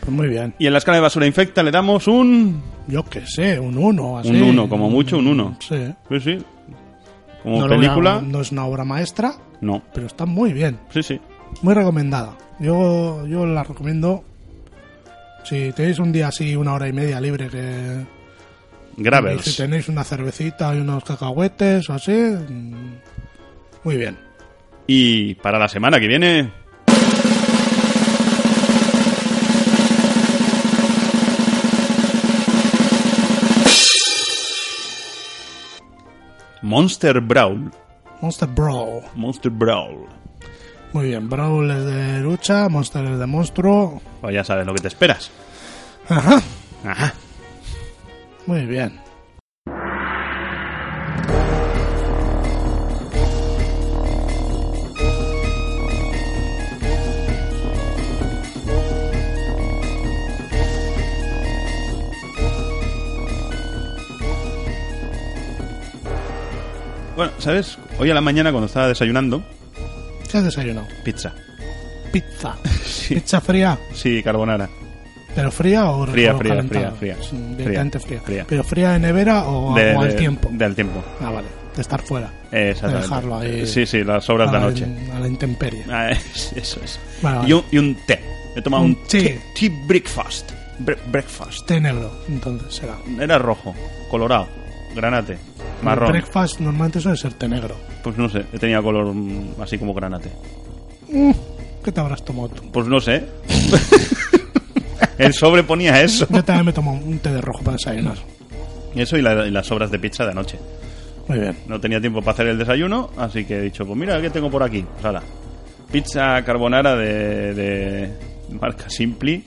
pues muy bien. Y en la escala de basura infecta le damos un... Yo qué sé, un 1, así. Un 1, como mucho un 1. Sí. Sí, sí. Como No lo película, veo, no es una obra maestra, no. pero está muy bien. Sí, sí. Muy recomendada. Yo, yo la recomiendo. Si tenéis un día así, una hora y media libre que... Gravels. y Si tenéis una cervecita y unos cacahuetes o así... mm, Muy bien. Y para la semana que viene... Monster Brawl. Monster Brawl. Monster Brawl. Muy bien. Brawl es de lucha, Monster es de monstruo. Pues ya sabes lo que te esperas. Ajá. Ajá. Muy bien. Bueno, ¿sabes? Hoy a la mañana cuando estaba desayunando, ¿Qué has desayunado? pizza. Pizza. Pizza fría. Sí, carbonara. ¿Pero fría o Fría, o fría, calentada? fría, fría. Sí, directamente fría. Fría. ¿Pero fría de nevera o, De- o al de- tiempo? De al tiempo. Ah, vale. De estar fuera. Exactamente. De dejarlo ahí. Sí, sí, las obras a de la noche. A la intemperie. Ah, es- Eso es. Vale, vale. Y, un, y un té. He tomado Un un, té. té. Tea breakfast. Bre- breakfast. Té negro, entonces será. Era rojo, colorado, granate, marrón. El breakfast normalmente suele ser té negro. Pues no sé, tenía color mm, así como granate. Mm, ¿Qué te habrás tomado tú? Pues no sé. El sobre ponía eso. Yo también me tomo un té de rojo para desayunar. Eso y, la- y las sobras de pizza de anoche. Muy bien. No tenía tiempo para hacer el desayuno, así que he dicho, pues mira, ¿qué tengo por aquí? Pues ala, pizza carbonara de, de marca Simpli,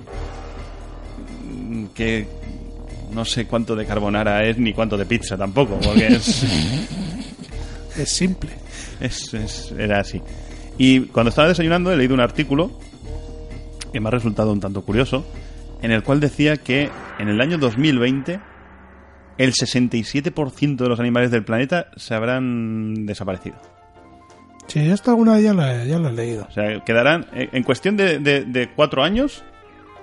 mm, que no sé cuánto de carbonara es ni cuánto de pizza tampoco, porque es, Es simple. es- es- era así. Y cuando estaba desayunando he leído un artículo que me ha resultado un tanto curioso, en el cual decía que en el año 2020 el 67% de los animales del planeta se habrán desaparecido. Sí, yo esto alguna vez ya lo he, ya lo he leído. O sea, quedarán eh, en cuestión de, de- de cuatro años.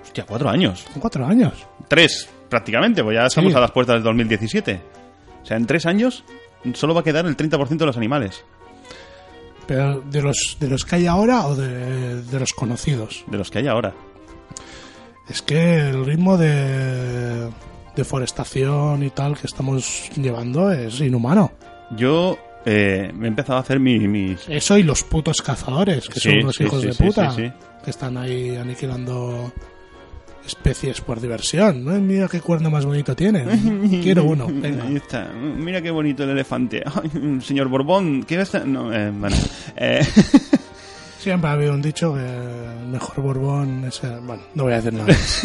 Hostia, cuatro años. Son cuatro años. Tres, prácticamente, pues ya estamos Sí. a las puertas del 2017. O sea, en tres años solo va a quedar el 30% de los animales, Pero de los, de los que hay ahora o de, de los conocidos. de los que hay ahora. Es que el ritmo de deforestación y tal que estamos llevando es inhumano. Yo eh, me he empezado a hacer mi- mis... Eso y los putos cazadores, que Sí, son unos sí, hijos sí, de sí, puta, sí, sí. que están ahí aniquilando especies por diversión. ¿no? Mira qué cuerno más bonito tienen. Quiero uno. Venga. Ahí está. Mira qué bonito el elefante. Ay, señor Borbón, ¿qué vas a...? No, eh, bueno. Eh, Siempre ha habido un dicho que el mejor Borbón es... el- Bueno, no voy a decir nada. más.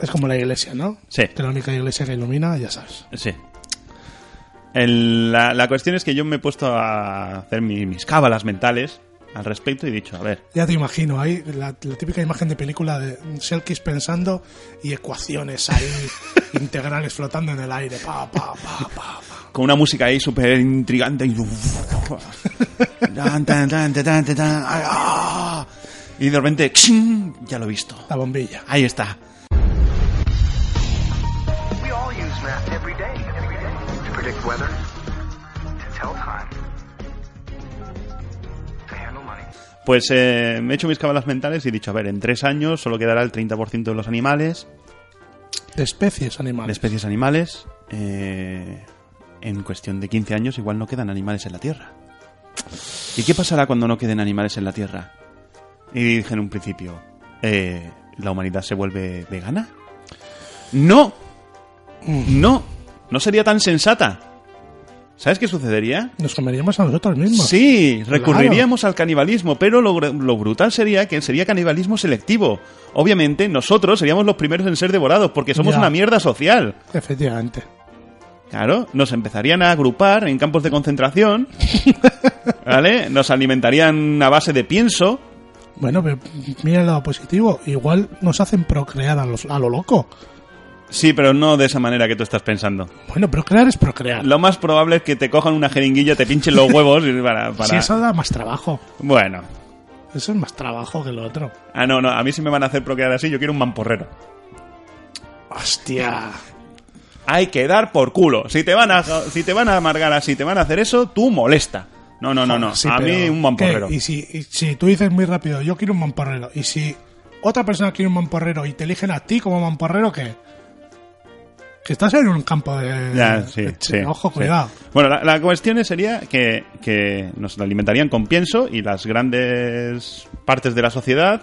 es como la iglesia, ¿no? Sí. Que la única iglesia que ilumina, ya sabes. Sí. El- la, la cuestión es que yo me he puesto a hacer mi- mis cábalas mentales al respecto y he dicho, a ver, Ya te imagino, ahí la, la típica imagen de película de Selkis pensando y ecuaciones ahí, integrales flotando en el aire. Pa, pa, pa, pa. con una música ahí súper intrigante y... Tan, tan, tan, tan, tan, tan, ay, ah. Y de repente, ¡chin! ya lo he visto. La bombilla. Ahí está. We all use math every day, every day to predict weather, to tell time, to handle money. Pues eh, me he hecho mis cábalas mentales y he dicho, a ver, en tres años solo quedará el 30% de los animales. De especies animales. de especies animales, eh, en cuestión de 15 años igual no quedan animales en la Tierra. ¿Y qué pasará cuando no queden animales en la Tierra? Y dije en un principio, eh, ¿la humanidad se vuelve vegana? No, no, no sería tan sensata. ¿Sabes qué sucedería? Nos comeríamos a nosotros mismos. Sí, Claro. recurriríamos al canibalismo, pero lo, gr- lo brutal sería que sería canibalismo selectivo. Obviamente, nosotros seríamos los primeros en ser devorados, porque somos Ya. una mierda social. Efectivamente. Claro, nos empezarían a agrupar en campos de concentración, ¿vale? Nos alimentarían a base de pienso. Bueno, pero mira el lado positivo. Igual nos hacen procrear a, los- a lo loco. Sí, pero no de esa manera que tú estás pensando. Bueno, procrear es procrear. Lo más probable es que te cojan una jeringuilla, te pinchen los huevos y para... para- Sí, eso da más trabajo. Bueno. Eso es más trabajo que lo otro. Ah, no, no, a mí sí me van a hacer procrear así, yo quiero un mamporrero. Hostia. Hay que dar por culo. Si te van a, si te van a amargar así, te van a hacer eso, tú molesta. No, no, no, no. Sí, a pero, mí un mamporrero. ¿qué? Y si, y si tú dices muy rápido, yo quiero un mamporrero. Y si otra persona quiere un mamporrero y te eligen a ti como mamporrero, ¿qué? Que estás en un campo de... Ya, sí, de- sí, Este Ojo, sí. cuidado. Bueno, la, la cuestión sería que, que nos alimentarían con pienso y las grandes partes de la sociedad,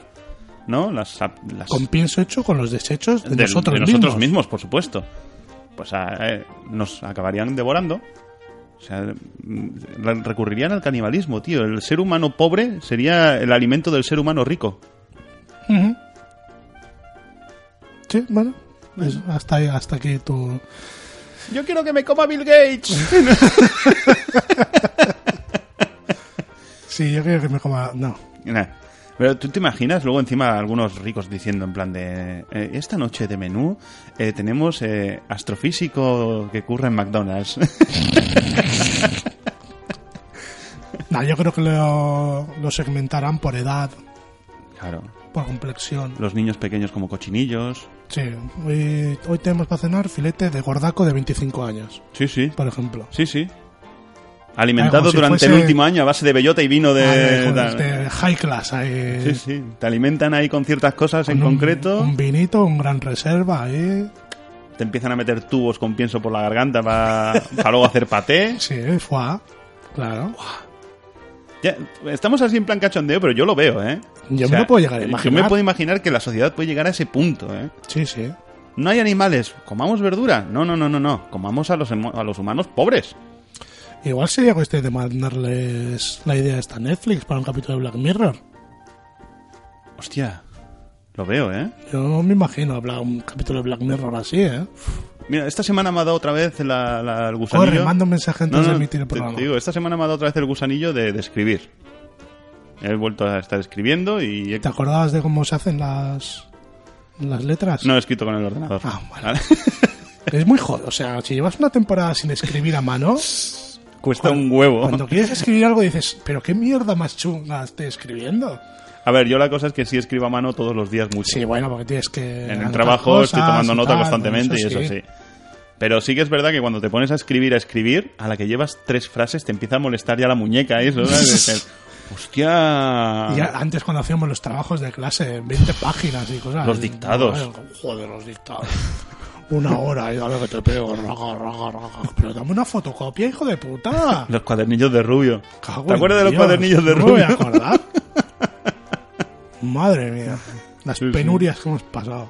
¿no? Las, las Con pienso hecho con los desechos de, del- nosotros, de nosotros mismos. mismos, por supuesto. Pues a- eh, nos acabarían devorando. O sea, mm, re- recurrirían al canibalismo, tío. El ser humano pobre sería el alimento del ser humano rico. Ujú. Sí, bueno. Eso, hasta, ahí- hasta aquí tu... Yo quiero que me coma Bill Gates. Sí, yo creo que me coma... No. Nah. Pero tú te imaginas luego encima algunos ricos diciendo en plan de eh, esta noche de menú eh, tenemos eh, astrofísico que curra en McDonald's. No, yo creo que lo, lo segmentarán por edad, claro. por complexión. Los niños pequeños como cochinillos. Sí, hoy, hoy tenemos para cenar filete de gordaco de 25 años, Sí, sí. por ejemplo. Sí, sí. Alimentados Como si durante el fuese- último año a base de bellota y vino de... Ah, con- tal. de high class, ahí, Sí, sí. Te alimentan ahí con ciertas cosas en con un- concreto. Un vinito, un gran reserva, ahí. Te empiezan a meter tubos con pienso por la garganta para luego hacer paté. Sí, fue. Claro. Ya, estamos así en plan cachondeo, pero yo lo veo, ¿eh? Yo me lo puedo llegar a Yo imaginar. me puedo imaginar que la sociedad puede llegar a ese punto, ¿eh? Sí, sí. No hay animales, comamos verdura. No, no, no, no, no. Comamos a los, hemo- a los humanos pobres. Igual sería cuestión de mandarles la idea esta a Netflix para un capítulo de Black Mirror. Hostia, lo veo, ¿eh? Yo me imagino hablar un capítulo de Black Mirror así, ¿eh? Mira, esta semana me ha dado otra vez la, la- el gusanillo. Corre, manda un mensaje antes No, no, de emitir el te- programa. te digo, esta semana me ha dado otra vez el gusanillo de, de escribir. He vuelto a estar escribiendo y... he- ¿Te acordabas de cómo se hacen las, las letras? No he escrito con el ordenador. Ah, Vale. Es muy jodido. O sea, si llevas una temporada sin escribir a mano, Cuesta un huevo. cuando quieres escribir algo dices, pero qué mierda más chunga estoy escribiendo. A ver, yo la cosa es que sí escribo a mano todos los días mucho. Sí, bueno, porque tienes que... Pues en el anotar trabajo estoy Eh, cosas tomando y nota tal, pues constantemente bueno, y eso sí. Pero sí que es verdad que cuando te pones a escribir, a escribir, a la que llevas tres frases te empieza a molestar ya la muñeca y eso. ¿sabes? Dices, Hostia. Y a- antes cuando hacíamos los trabajos de clase, 20 páginas y cosas. Los dictados. Joder, Joder, los dictados. Una hora y dale que te pego. Raga, raga, raga. Pero dame una fotocopia, hijo de puta. Los cuadernillos de rubio. Cago ¿Te en acuerdas de los Dios, cuadernillos de no me voy a rubio? acordar. Madre mía. Las penurias que hemos pasado.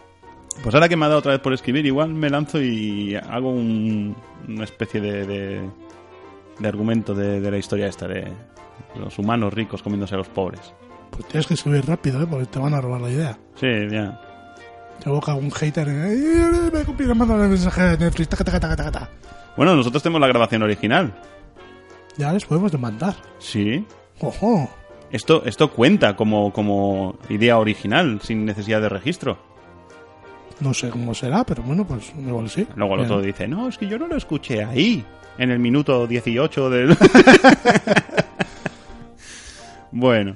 Pues ahora que me ha dado otra vez por escribir, igual me lanzo y hago un- una especie de, de, de argumento de, de la historia esta, de los humanos ricos comiéndose a los pobres. Pues tienes que subir rápido, ¿eh? porque te van a robar la idea. Sí, ya. Te boca un hater. eh, Me complica mandar el mensaje de Netflix. Taca, taca, taca, taca, taca. Bueno, nosotros tenemos la grabación original. Ya les podemos demandar. Sí. Ojo. Esto, esto cuenta como, como idea original, sin necesidad de registro. No sé cómo será, pero bueno, pues igual sí. Eh, Luego el Bien. otro dice, no, es que yo no lo escuché ahí, en el minuto 18 del... bueno.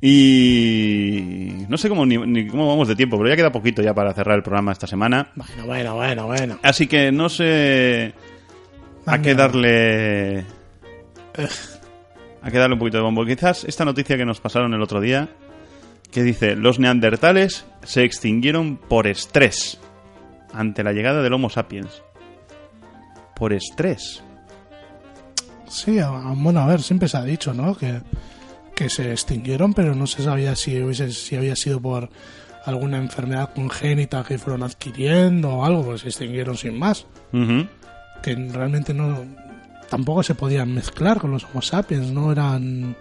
Y... No sé cómo, ni, ni cómo vamos de tiempo, pero ya queda poquito ya para cerrar el programa esta semana. Bueno, bueno, bueno, bueno. Así que no sé... A qué darle... A qué darle un poquito de bombo. Quizás esta noticia que nos pasaron el otro día, que dice, los neandertales se extinguieron por estrés. ante la llegada del Homo sapiens. Por estrés. Sí, a- a- bueno, a ver, siempre se ha dicho, ¿no? Que, que se extinguieron, pero no se sabía si, hubiese, si había sido por alguna enfermedad congénita que fueron adquiriendo o algo, pues se extinguieron sin más. Ujú. Que realmente no. Tampoco se podían mezclar con los Homo sapiens, no eran.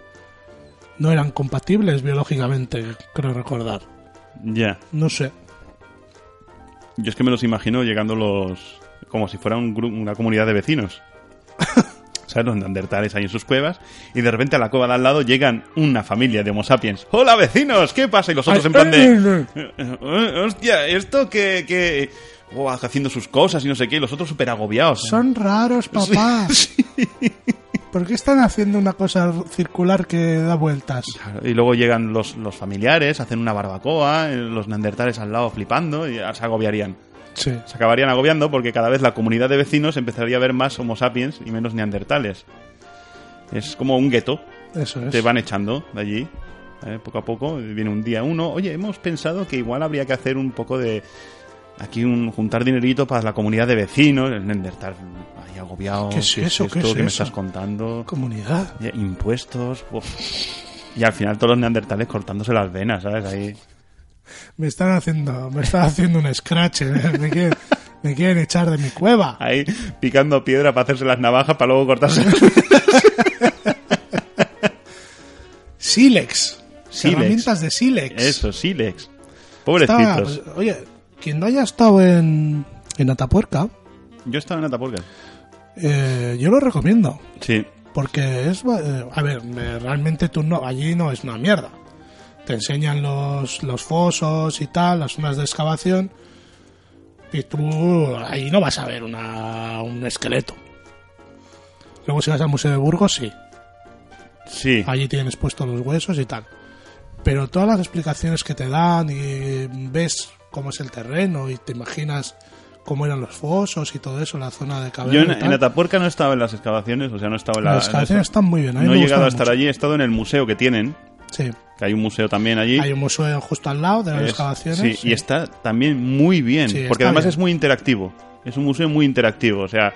No eran compatibles biológicamente, creo recordar. Ya. No sé. Yo es que me los imagino llegando los. como si fuera un gru- una comunidad de vecinos. ¿Sabes? Los neandertales ahí en sus cuevas. Y de repente a la cueva de al lado llegan una familia de Homo sapiens. ¡Hola vecinos! ¿Qué pasa? Y los otros en plan de. "Eh, ¡Hostia! Esto que. que... oh, haciendo sus cosas y no sé qué. Y los otros súper agobiados. Son raros, papá. ¿Por qué están haciendo una cosa circular que da vueltas? Y luego llegan los, los familiares, hacen una barbacoa, eh, los neandertales al lado flipando y ya se agobiarían. Sí. Se acabarían agobiando porque cada vez la comunidad de vecinos empezaría a ver más homo sapiens y menos neandertales. Es como un gueto. Eso es. Te van echando de allí. eh, poco a poco eh, viene un día uno. Oye, hemos pensado que igual habría que hacer un poco de. Aquí un juntar dinerito para la comunidad de vecinos. El Neandertal ahí agobiado. ¿Qué es eso? esto? ¿Qué es me eso? estás contando? Comunidad. Ya, Impuestos. uf. Y al final todos los neandertales cortándose las venas, ¿sabes? Ahí. Me están haciendo, me están haciendo un scratch. ¿eh? Me quieren, me quieren echar de mi cueva. Ahí picando piedra para hacerse las navajas para luego cortarse. Silex. Sílex. Herramientas de Silex. pues, Eso, Silex. Pobrecitos. oye, quien no haya estado en, en Atapuerca, pues, Yo estaba en Atapuerca. eh, yo lo recomiendo. Sí. Porque es. ba- eh, A ver, eh, realmente tú no. Allí no es una mierda. Te enseñan los, los fosos y tal, las zonas de excavación. Y tú ahí no vas a ver una, un esqueleto. Luego, si vas al Museo de Burgos, sí. Sí. Allí tienes puestos los huesos y tal. Pero todas las explicaciones que te dan y ves cómo es el terreno y te imaginas cómo eran los fosos y todo eso, la zona de caverna. Yo en, y tal. en Atapuerca no estaba en las excavaciones, o sea, no estaba en la- Las excavaciones en eso. están muy bien, a mí No me he llegado a gustaron estar allí, he estado en el museo que tienen, Sí. que hay un museo también allí. Hay un museo justo al lado de las Es- excavaciones. sí, y está también muy bien, Sí, porque está además bien. es muy interactivo. Es un museo muy interactivo, o sea,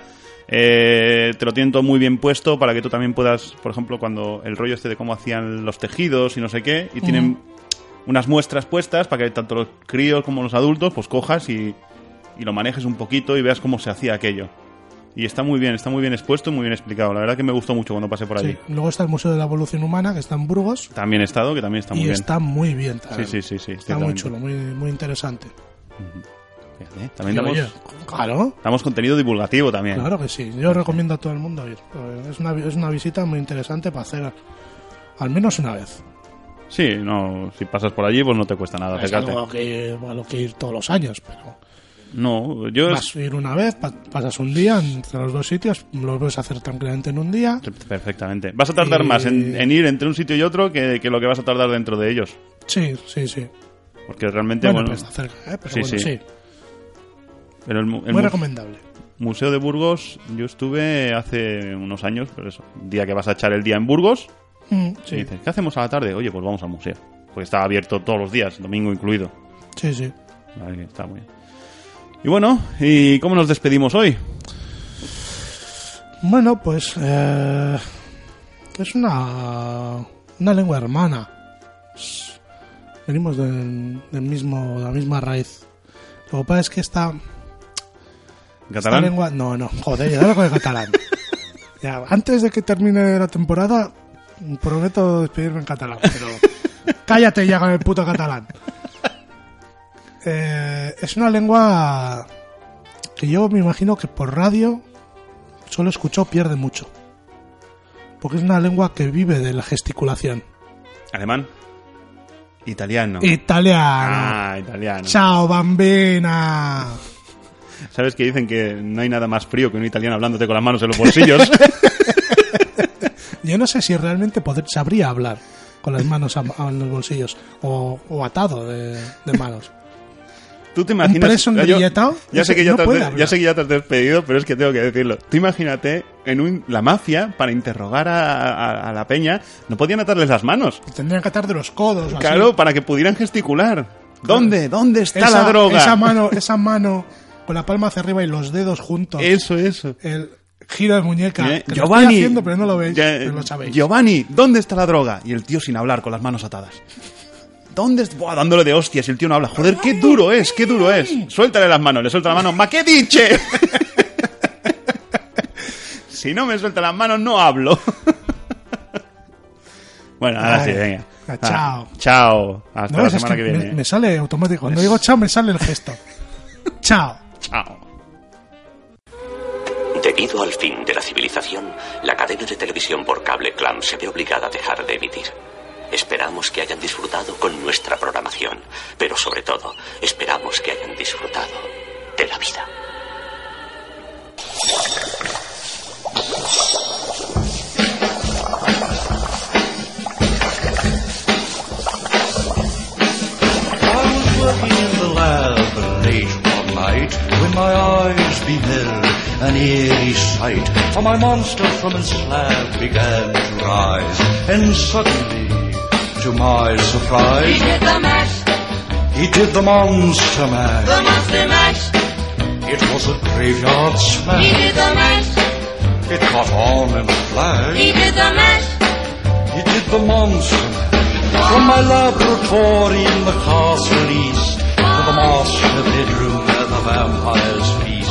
eh, te lo tienen todo muy bien puesto para que tú también puedas, por ejemplo, cuando el rollo este de cómo hacían los tejidos y no sé qué, y tienen unas muestras puestas para que tanto los críos como los adultos pues cojas y, y lo manejes un poquito y veas cómo se hacía aquello. Y está muy bien, está muy bien expuesto, y muy bien explicado. La verdad que me gustó mucho cuando pasé por allí. Sí. Luego está el Museo de la Evolución Humana, que está en Burgos. También he estado, que también está muy y bien. está muy bien. Sí, también. sí, sí, sí. Está muy ciertamente. chulo, muy, muy interesante. Fíjate, Y También damos, oye, claro. damos contenido divulgativo también. Claro que sí. Yo recomiendo a todo el mundo ir. Es una, es una visita muy interesante para hacer al menos una vez. Sí, no, si pasas por allí, pues no te cuesta nada Es acercarte. algo que, a lo que ir todos los años, pero No, yo vas a ir una vez, pa- pasas un día entre los dos sitios, lo puedes hacer tranquilamente en un día. perfectamente. Vas a tardar Y- más en, en ir entre un sitio y otro que, que lo que vas a tardar dentro de ellos. Sí, sí, sí. Porque realmente, Bueno, bueno. pero está cerca, ¿eh? Pero bueno, sí. Pero el mu- el Muy mu- recomendable. Museo de Burgos, yo estuve hace unos años, pero eso, un día que vas a echar el día en Burgos, Mm, y sí, dices, ¿qué hacemos a la tarde? Oye, pues vamos al museo. Porque estaba abierto todos los días, domingo incluido. sí, sí. Vale, está muy bien. Y bueno, ¿y cómo nos despedimos hoy? Bueno, pues eh, es una una lengua hermana. Es- Venimos del, del mismo de la misma raíz. Lo que pasa es que esta, esta ¿Catalán? lengua, no, no, joder, ya con el catalán. Ya, antes de que termine la temporada prometo despedirme en catalán, pero cállate ya con el puto catalán. Eh, es una lengua que yo me imagino que por radio solo escuchó pierde mucho. Porque es una lengua que vive de la gesticulación. ¿Alemán? Italiano. Italiano. Ah, italiano. Chao, bambina. ¿Sabes que dicen que no hay nada más frío que un italiano hablándote con las manos en los bolsillos? Yo no sé si realmente poder- sabría hablar con las manos a- a- en los bolsillos o, o atado de, de manos. ¿Tú te imaginas? preso Ya, enbilletado? ya sé que ya, No te has puede de- ya hablar. sé que ya te has despedido, pero es que tengo que decirlo. Tú imagínate en un- la mafia para interrogar a, a- a la peña, no podían atarles las manos. Tendrían que atar de los codos. o así. Claro, para que pudieran gesticular. ¿Dónde? ¿Dónde está Esa- la droga? Esa mano, esa mano con la palma hacia arriba y los dedos juntos. Eso, eso. El giro de muñeca. Mira, que lo Eh, Giovanni. estoy haciendo, pero no lo veis, Ya, pero lo sabéis. Giovanni, ¿dónde está la droga? Y el tío sin hablar, con las manos atadas. ¿Dónde está? Buah, dándole de hostias y el tío no habla. Joder, qué duro es, qué duro es. Suéltale las manos, le suelta la mano. ¡Ma qué dice? si no me suelta las manos, no hablo. bueno, ahora sí, Vale. venga. Ah, Ah, chao. chao. Hasta No, la es semana que que, viene. Me, me sale automático. Cuando digo chao, me sale el gesto. chao. Chao. Debido al fin de la civilización, la cadena de televisión por cable Clam se ve obligada a dejar de emitir. Esperamos que hayan disfrutado con nuestra programación, pero sobre todo, esperamos que hayan disfrutado de la vida. working in the lab late one night when my eyes beheld an eerie sight. For my monster from its slab began to rise, and suddenly, to my surprise, he did the monster mash. It was a graveyard smash. It caught on in a flash. He did the monster mash. From my laboratory in the castle east To the master bedroom where the vampires feast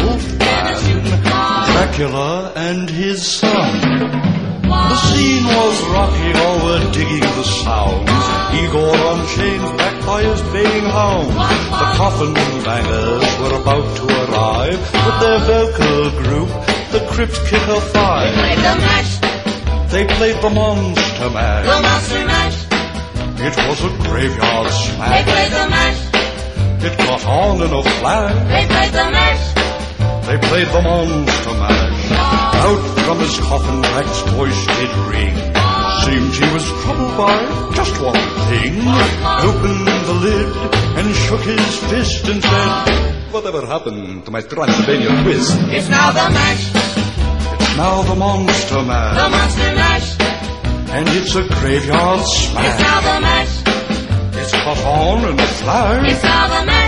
Wolfman Dracula and his son the scene was rocking, all were digging the sounds. Igor on chains, backed by his baying hounds. The coffin bangers were about to arrive with their vocal group, the Crypt Kicker Five. They played the Monster Mash. It was a graveyard smash. It caught on in a flash. They played the Monster Mash. Out from his coffin, Rex's voice did ring. Seemed he was troubled by just one thing. Opened the lid and shook his fist and said, Whatever happened to my Transylvania quiz? It's now the mash. It's now the Monster The Mash, monster mash. and it's a graveyard It's smash. now the mash. It's caught on in a flash. It's now the mash.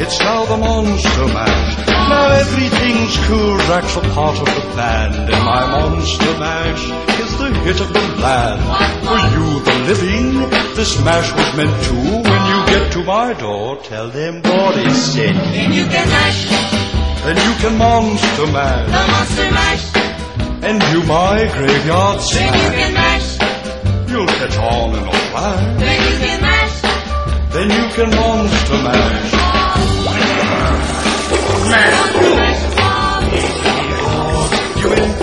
It's now the Monster Mash. Now everything's cool. Drax a part of the band, and my Monster Mash is the hit of the land. For you, the living, this mash was meant to. When you get to my door, tell them what is said. Then you can mash. Then you can Monster Mash, The monster mash. and you my graveyard Then you smash. can mash. You'll catch on in a flash. Then you can mash. Then you can Monster Mash. Monster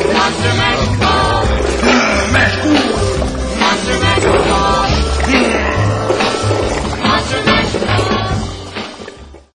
mash. Monster mash.